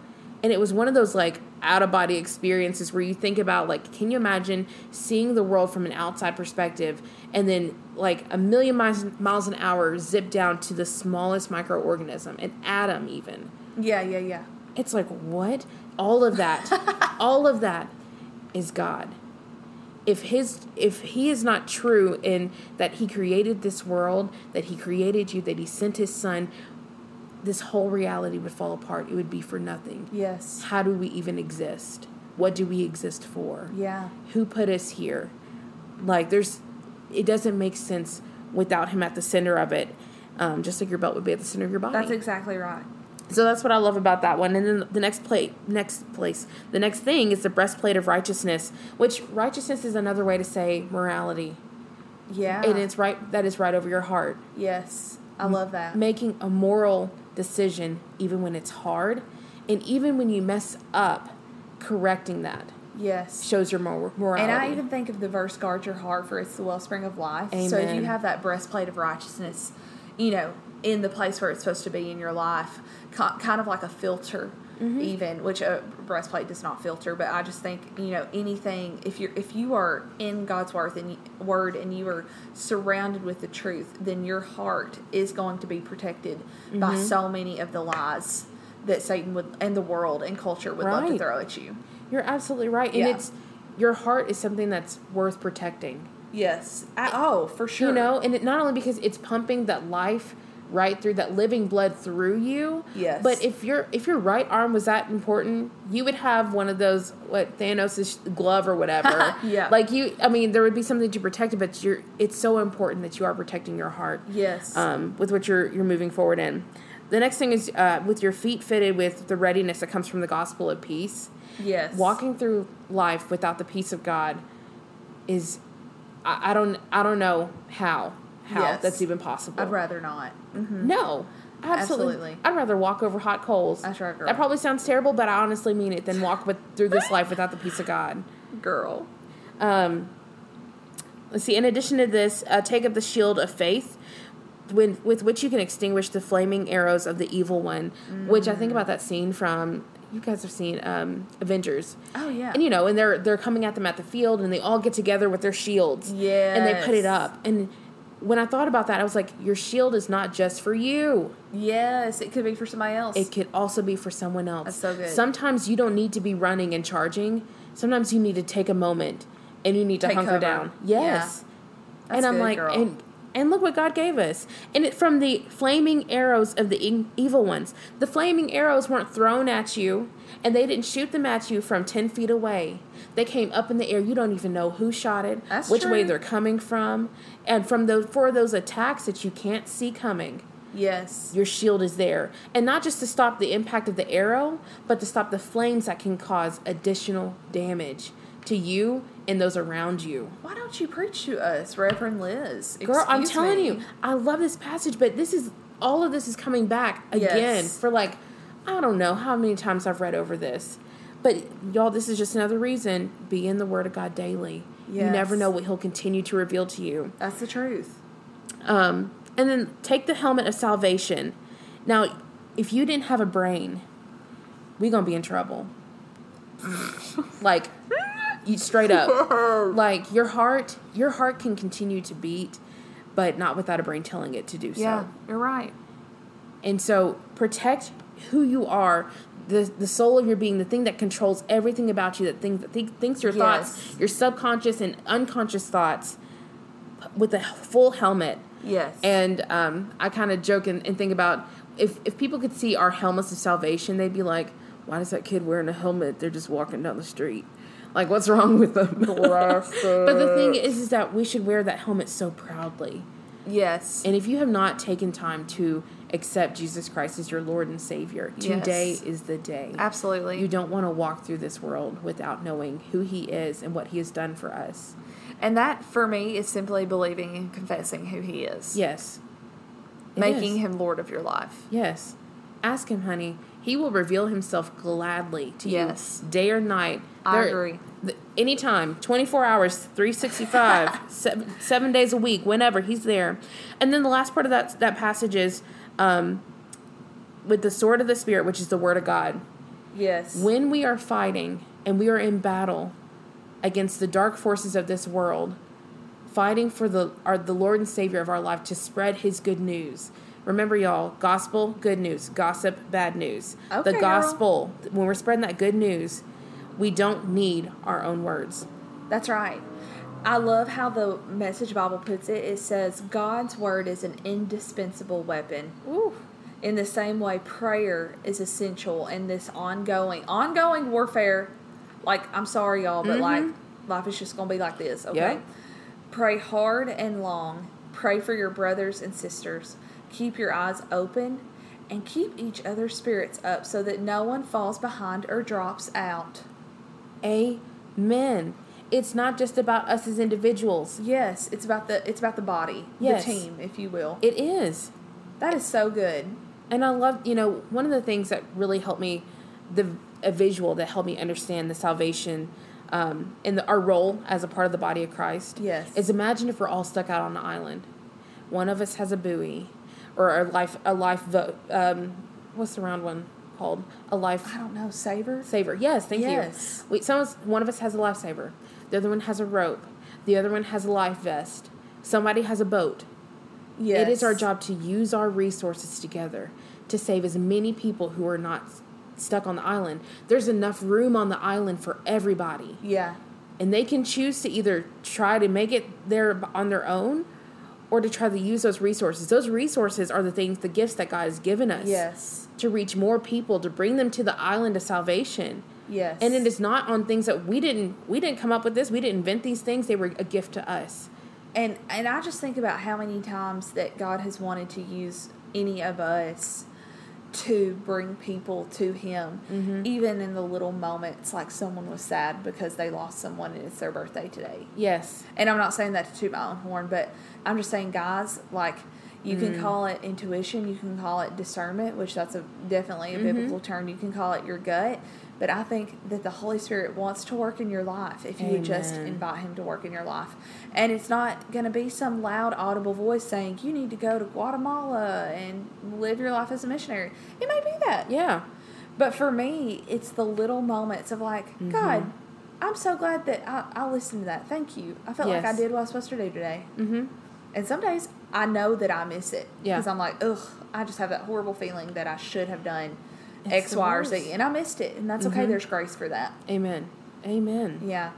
[SPEAKER 2] And it was one of those like out of body experiences where you think about like, can you imagine seeing the world from an outside perspective and then like a million miles, miles an hour zip down to the smallest microorganism, an atom even.
[SPEAKER 3] Yeah, yeah, yeah.
[SPEAKER 2] It's like, what? All of that, all of that is God. If his if he is not true in that he created this world, that he created you, that he sent his son, this whole reality would fall apart. It would be for nothing.
[SPEAKER 3] Yes.
[SPEAKER 2] How do we even exist? What do we exist for?
[SPEAKER 3] Yeah.
[SPEAKER 2] Who put us here? Like, there's, it doesn't make sense without him at the center of it. Um, just like your belt would be at the center of your body.
[SPEAKER 3] That's exactly right.
[SPEAKER 2] So that's what I love about that one. And then the next plate, next place, the next thing is the breastplate of righteousness, which righteousness is another way to say morality,
[SPEAKER 3] Yeah.
[SPEAKER 2] and it's right that is right over your heart,
[SPEAKER 3] Yes. I love that.
[SPEAKER 2] making a moral decision even when it's hard, and even when you mess up, correcting that
[SPEAKER 3] Yes.
[SPEAKER 2] shows your mor- morality.
[SPEAKER 3] And I even think of the verse guard your heart for it's the wellspring of life. So if you
[SPEAKER 2] Amen.
[SPEAKER 3] have that breastplate of righteousness, you know, in the place where it's supposed to be in your life, ki- kind of like a filter
[SPEAKER 2] Mm-hmm.
[SPEAKER 3] even, which a breastplate does not filter, but I just think, you know, anything if you're if you are in God's word and you- word and you are surrounded with the truth, then your heart is going to be protected by
[SPEAKER 2] Mm-hmm.
[SPEAKER 3] so many of the lies that Satan would and the world and culture would love to
[SPEAKER 2] Right.
[SPEAKER 3] throw at you.
[SPEAKER 2] You're absolutely right, and
[SPEAKER 3] Yeah.
[SPEAKER 2] it's your heart is something that's worth protecting.
[SPEAKER 3] Yes. I, oh, for sure.
[SPEAKER 2] You know, and it, not only because it's pumping that life right through that living blood through you.
[SPEAKER 3] Yes.
[SPEAKER 2] But if your if your right arm was that important, you would have one of those what Thanos' glove or whatever.
[SPEAKER 3] [laughs] Yeah.
[SPEAKER 2] Like you, I mean, there would be something to protect it, but you're it's so important that you are protecting your heart.
[SPEAKER 3] Yes.
[SPEAKER 2] Um, with what you're you're moving forward in. The next thing is uh, with your feet fitted with the readiness that comes from the gospel of peace.
[SPEAKER 3] yes.
[SPEAKER 2] walking through life without the peace of God is I, I don't I don't know how how
[SPEAKER 3] Yes.
[SPEAKER 2] that's even possible.
[SPEAKER 3] I'd rather not.
[SPEAKER 2] no. Absolutely.
[SPEAKER 3] Absolutely.
[SPEAKER 2] I'd rather walk over hot coals.
[SPEAKER 3] That's right, girl.
[SPEAKER 2] That probably sounds terrible, but I honestly mean it than walk with, through this life without the peace of God.
[SPEAKER 3] Girl.
[SPEAKER 2] Let's see. In addition to this, uh, take up the shield of faith, when, with which you can extinguish the flaming arrows of the evil one. Which I think
[SPEAKER 3] Mm.
[SPEAKER 2] about that scene from you guys have seen um, Avengers.
[SPEAKER 3] Oh, yeah.
[SPEAKER 2] And you know, and they're they're coming at them at the field, and they all get together with their shields. And they put
[SPEAKER 3] Yes.
[SPEAKER 2] it up. And when I thought about that, I was like, your shield is not just for you.
[SPEAKER 3] Yes, it could be for somebody else.
[SPEAKER 2] It could also be for someone else.
[SPEAKER 3] That's so good.
[SPEAKER 2] Sometimes you don't need to be running and charging. Sometimes you need to take a moment and you need to
[SPEAKER 3] Take
[SPEAKER 2] hunker
[SPEAKER 3] cover.
[SPEAKER 2] down.
[SPEAKER 3] Yeah.
[SPEAKER 2] Yes.
[SPEAKER 3] That's
[SPEAKER 2] and I'm
[SPEAKER 3] good,
[SPEAKER 2] like,
[SPEAKER 3] girl.
[SPEAKER 2] and and look what God gave us. And it from the flaming arrows of the e- evil ones. The flaming arrows weren't thrown at you, and they didn't shoot them at you from ten feet away. They came up in the air. You don't even know who shot it,
[SPEAKER 3] That's
[SPEAKER 2] which way
[SPEAKER 3] true.
[SPEAKER 2] they're coming from, and from those for those attacks that you can't see coming
[SPEAKER 3] yes.
[SPEAKER 2] your shield is there. And not just to stop the impact of the arrow, but to stop the flames that can cause additional damage to you and those around you.
[SPEAKER 3] Why don't you preach to us, Reverend Liz?
[SPEAKER 2] Girl, I'm
[SPEAKER 3] Excuse
[SPEAKER 2] telling
[SPEAKER 3] me.
[SPEAKER 2] you, I love this passage, but this is all of this is coming back again
[SPEAKER 3] Yes.
[SPEAKER 2] for like I don't know how many times I've read over this. But y'all, this is just another reason be in the word of God daily. You never
[SPEAKER 3] Yes.
[SPEAKER 2] know what he'll continue to reveal to you.
[SPEAKER 3] That's the truth.
[SPEAKER 2] Um, and then take the helmet of salvation. Now, if you didn't have a brain, we gonna be in trouble. like, you straight up.
[SPEAKER 3] [laughs]
[SPEAKER 2] Like your heart, your heart can continue to beat, but not without a brain telling it to do so.
[SPEAKER 3] Yeah, you're right.
[SPEAKER 2] And so protect who you are, the the soul of your being, the thing that controls everything about you, that thing that think, thinks your thoughts,
[SPEAKER 3] Yes.
[SPEAKER 2] your subconscious and unconscious thoughts, with a full helmet.
[SPEAKER 3] Yes.
[SPEAKER 2] And um, I kind of joke and, and think about if if people could see our helmets of salvation, they'd be like, "Why does that kid wearing a helmet? They're just walking down the street." Like what's wrong with them? [laughs] but the thing is, is that we should wear that helmet so proudly.
[SPEAKER 3] yes.
[SPEAKER 2] And if you have not taken time to accept Jesus Christ as your Lord and Savior,
[SPEAKER 3] Yes.
[SPEAKER 2] today is the day.
[SPEAKER 3] Absolutely.
[SPEAKER 2] You don't want to walk through this world without knowing who He is and what He has done for us.
[SPEAKER 3] and that for me is simply believing and confessing who he is.
[SPEAKER 2] Yes. It
[SPEAKER 3] Making
[SPEAKER 2] is.
[SPEAKER 3] him Lord of your life.
[SPEAKER 2] Yes. Ask Him, honey. He will reveal Himself gladly to
[SPEAKER 3] Yes.
[SPEAKER 2] you day or night.
[SPEAKER 3] I agree.
[SPEAKER 2] th- anytime, 24 hours,
[SPEAKER 3] [laughs]
[SPEAKER 2] 365, seven, seven days a week, whenever, He's there. And then the last part of that, that passage is um, with the sword of the Spirit, which is the Word of God.
[SPEAKER 3] Yes.
[SPEAKER 2] When we are fighting and we are in battle against the dark forces of this world, fighting for the our, the Lord and Savior of our life to spread His good news. Remember, y'all, gospel, good news, gossip, bad news.
[SPEAKER 3] Okay,
[SPEAKER 2] the
[SPEAKER 3] girl.
[SPEAKER 2] gospel, when we're spreading that good news, we don't need our own words.
[SPEAKER 3] That's right. I love how the Message Bible puts it. It says, God's word is an indispensable weapon. In the same way, prayer is essential in this ongoing, ongoing warfare. Like, I'm sorry, y'all, but like, life is just going to be like this, okay?
[SPEAKER 2] Mm-hmm. Yeah.
[SPEAKER 3] Pray hard and long. Pray for your brothers and sisters. Keep your eyes open and keep each other's spirits up so that no one falls behind or drops out.
[SPEAKER 2] Amen. It's not just about us as individuals.
[SPEAKER 3] Yes, it's about the it's about the body,
[SPEAKER 2] Yes.
[SPEAKER 3] the team, if you will.
[SPEAKER 2] It is.
[SPEAKER 3] That is so good.
[SPEAKER 2] And I love, you know, one of the things that really helped me, the a visual that helped me understand the salvation um, and the, our role as a part of the body of Christ.
[SPEAKER 3] Yes.
[SPEAKER 2] Is imagine if we're all stuck out on the island. One of us has a buoy or a life, a life, vo- um, what's the round one called? A life
[SPEAKER 3] I don't know, savor.
[SPEAKER 2] saver. Yes, thank
[SPEAKER 3] Yes.
[SPEAKER 2] you. We, someone's, one of us has a lifesaver. The other one has a rope. The other one has a life vest. Somebody has a boat.
[SPEAKER 3] Yes,
[SPEAKER 2] It is our job to use our resources together to save as many people who are not s- stuck on the island. There's enough room on the island for everybody,
[SPEAKER 3] Yeah,
[SPEAKER 2] and they can choose to either try to make it there b- on their own or to try to use those resources. Those resources are the things, the gifts that God has given us
[SPEAKER 3] yes,
[SPEAKER 2] to reach more people, to bring them to the island of salvation.
[SPEAKER 3] yes.
[SPEAKER 2] And it is not on things that we didn't we didn't come up with this. We didn't invent these things. They were a gift to us.
[SPEAKER 3] and and I just think about how many times that God has wanted to use any of us to bring people to Him, even in the little moments, like someone was sad because they lost someone and it's their birthday today.
[SPEAKER 2] Yes.
[SPEAKER 3] And I'm not saying that to toot my own horn, but I'm just saying, guys, like you can call it intuition, you can call it discernment, which that's a definitely a biblical term. You can call it your gut, but I think that the Holy Spirit wants to work in your life if you would just
[SPEAKER 2] Amen.
[SPEAKER 3] invite Him to work in your life. And it's not going to be some loud, audible voice saying you need to go to Guatemala and live your life as a missionary. It may be that,
[SPEAKER 2] Yeah.
[SPEAKER 3] but for me, it's the little moments of like,
[SPEAKER 2] Mm-hmm.
[SPEAKER 3] God, I'm so glad that I, I listened to that. Thank you. I felt like
[SPEAKER 2] Yes.
[SPEAKER 3] I did what I was supposed to do today. Mm-hmm. And some days I know that I miss it
[SPEAKER 2] Yeah.
[SPEAKER 3] because I'm like, ugh, I just have that horrible feeling that I should have done
[SPEAKER 2] It's
[SPEAKER 3] X,
[SPEAKER 2] the
[SPEAKER 3] Y, or
[SPEAKER 2] worst.
[SPEAKER 3] Z, and I missed it, and that's
[SPEAKER 2] Mm-hmm.
[SPEAKER 3] okay. There's grace for that.
[SPEAKER 2] Amen. Amen.
[SPEAKER 3] Yeah.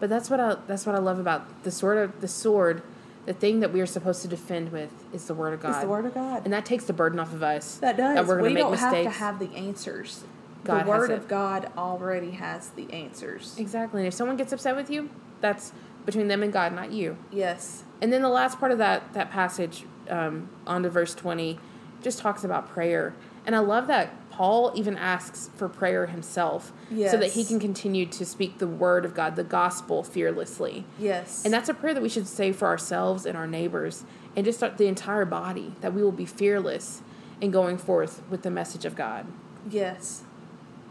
[SPEAKER 2] But that's what I that's what I love about the sword of the sword, the thing that we are supposed to defend with is the word of God.
[SPEAKER 3] It's the word of God.
[SPEAKER 2] And that takes the burden off of us.
[SPEAKER 3] that does.
[SPEAKER 2] That we're gonna
[SPEAKER 3] we
[SPEAKER 2] make
[SPEAKER 3] don't have to
[SPEAKER 2] mistakes.
[SPEAKER 3] have the answers.
[SPEAKER 2] God has
[SPEAKER 3] the word
[SPEAKER 2] it.
[SPEAKER 3] of God already has the answers.
[SPEAKER 2] Exactly. And if someone gets upset with you, that's between them and God, not you.
[SPEAKER 3] Yes.
[SPEAKER 2] And then the last part of that that passage, um, on to verse twenty, just talks about prayer. And I love that Paul even asks for prayer himself, so that he
[SPEAKER 3] Yes.
[SPEAKER 2] can continue to speak the word of God, the gospel, fearlessly.
[SPEAKER 3] Yes.
[SPEAKER 2] And that's a prayer that we should say for ourselves and our neighbors and just the entire body that we will be fearless in going forth with the message of God.
[SPEAKER 3] yes.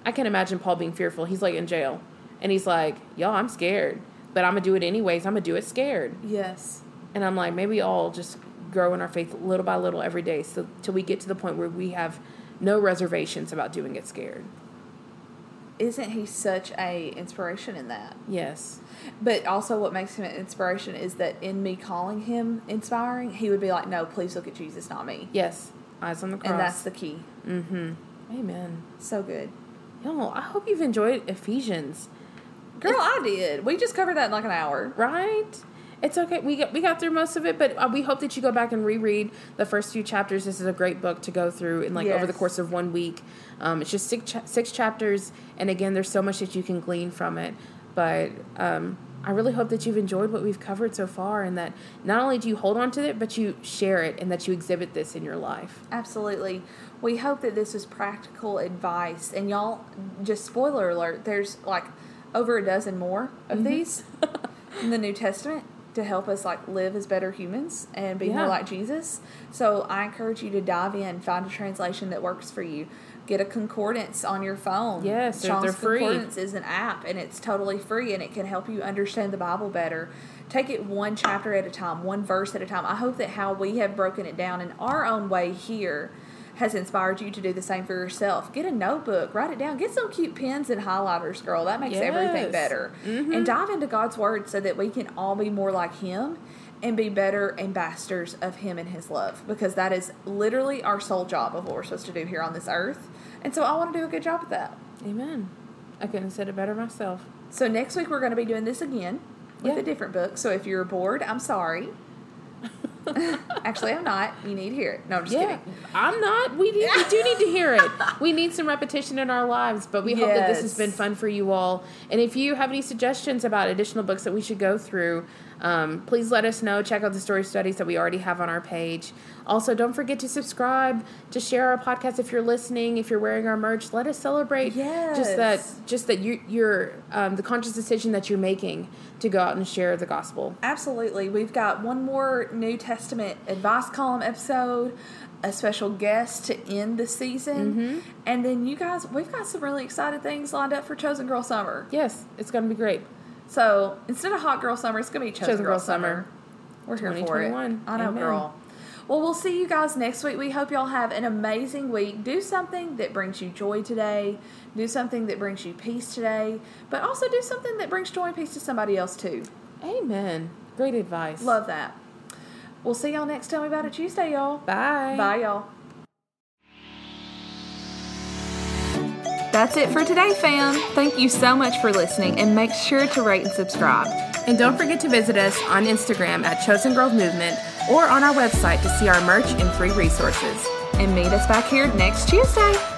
[SPEAKER 2] I can imagine Paul being fearful. He's like in jail and he's like, Y'all, I'm scared. but I'm gonna do it anyways. I'm gonna do it scared.
[SPEAKER 3] Yes.
[SPEAKER 2] And I'm like, maybe all just grow in our faith little by little every day, so till we get to the point where we have no reservations about doing it scared.
[SPEAKER 3] Isn't he such a inspiration in that?
[SPEAKER 2] Yes.
[SPEAKER 3] But also, what makes him an inspiration is that in me calling him inspiring, he would be like, "No, please look at Jesus, not me."
[SPEAKER 2] Yes. Eyes on the cross.
[SPEAKER 3] And that's the key.
[SPEAKER 2] Amen.
[SPEAKER 3] So good,
[SPEAKER 2] Y'all, I hope you've enjoyed Ephesians,
[SPEAKER 3] girl. I did. We just covered that in like an hour.
[SPEAKER 2] right? It's okay. We got, we got through most of it, but uh, we hope that you go back and reread the first few chapters. This is a great book to go through in like over the
[SPEAKER 3] Yes.
[SPEAKER 2] course of one week. Um, it's just six cha- six chapters, and again, there's so much that you can glean from it. But um, I really hope that you've enjoyed what we've covered so far, and that not only do you hold on to it, but you share it, and that you exhibit this in your life.
[SPEAKER 3] Absolutely. We hope that this was practical advice. And y'all, just spoiler alert, there's like over a dozen more of
[SPEAKER 2] Mm-hmm. [laughs]
[SPEAKER 3] these in the New Testament to help us like live as better humans and be
[SPEAKER 2] Yeah.
[SPEAKER 3] more like Jesus. So I encourage you to dive in, find a translation that works for you. Get a concordance on your phone.
[SPEAKER 2] Yes, they're-
[SPEAKER 3] Strong's
[SPEAKER 2] they're free.
[SPEAKER 3] Concordance is an app and it's totally free and it can help you understand the Bible better. Take it one chapter at a time, one verse at a time. I hope that how we have broken it down in our own way here has inspired you to do the same for yourself. Get a notebook, write it down, get some cute pens and highlighters, girl. That makes
[SPEAKER 2] Yes.
[SPEAKER 3] everything better. And dive into God's Word so that we can all be more like Him and be better ambassadors of Him and His love because that is literally our sole job of what we're supposed to do here on this earth. And so I want to do a good job at that.
[SPEAKER 2] Amen. I couldn't have said it better myself.
[SPEAKER 3] So next week we're going to be doing this again with
[SPEAKER 2] Yeah.
[SPEAKER 3] a different book. So if you're bored, I'm sorry.
[SPEAKER 2] [laughs]
[SPEAKER 3] Actually, I'm not. You need to hear it. No, I'm just
[SPEAKER 2] Yeah,
[SPEAKER 3] kidding.
[SPEAKER 2] I'm not. We, need, we do need to hear it. We need some repetition in our lives, but we hope that this has
[SPEAKER 3] Yes.
[SPEAKER 2] been fun for you all. And if you have any suggestions about additional books that we should go through, um, please let us know. Check out the story studies that we already have on our page. Also, don't forget to subscribe, to share our podcast if you're listening, if you're wearing our merch. Let us celebrate just that,
[SPEAKER 3] Yes.
[SPEAKER 2] just that you, you're um, the conscious decision that you're making to go out and share the gospel.
[SPEAKER 3] Absolutely. We've got one more New Testament advice column episode, a special guest to end the season.
[SPEAKER 2] Mm-hmm.
[SPEAKER 3] And then you guys, we've got some really excited things lined up for Chosen Girl Summer.
[SPEAKER 2] Yes, it's going to be great.
[SPEAKER 3] So instead of Hot Girl Summer, it's going to be Chosen,
[SPEAKER 2] Chosen
[SPEAKER 3] Girl,
[SPEAKER 2] Girl
[SPEAKER 3] Summer.
[SPEAKER 2] Summer.
[SPEAKER 3] We're here for it. I
[SPEAKER 2] 2021.
[SPEAKER 3] know,
[SPEAKER 2] Amen.
[SPEAKER 3] girl. Well, we'll see you guys next week. We hope y'all have an amazing week. Do something that brings you joy today. Do something that brings you peace today. But also do something that brings joy and peace to somebody else too.
[SPEAKER 2] Amen. Great advice.
[SPEAKER 3] Love that. We'll see y'all next time about a Tuesday, y'all.
[SPEAKER 2] Bye.
[SPEAKER 3] Bye, y'all. That's it for today, fam. Thank you so much for listening and make sure to rate and subscribe.
[SPEAKER 2] And don't forget to visit us on Instagram at Chosen Grove Movement or on our website to see our merch and free resources.
[SPEAKER 3] and meet us back here next Tuesday.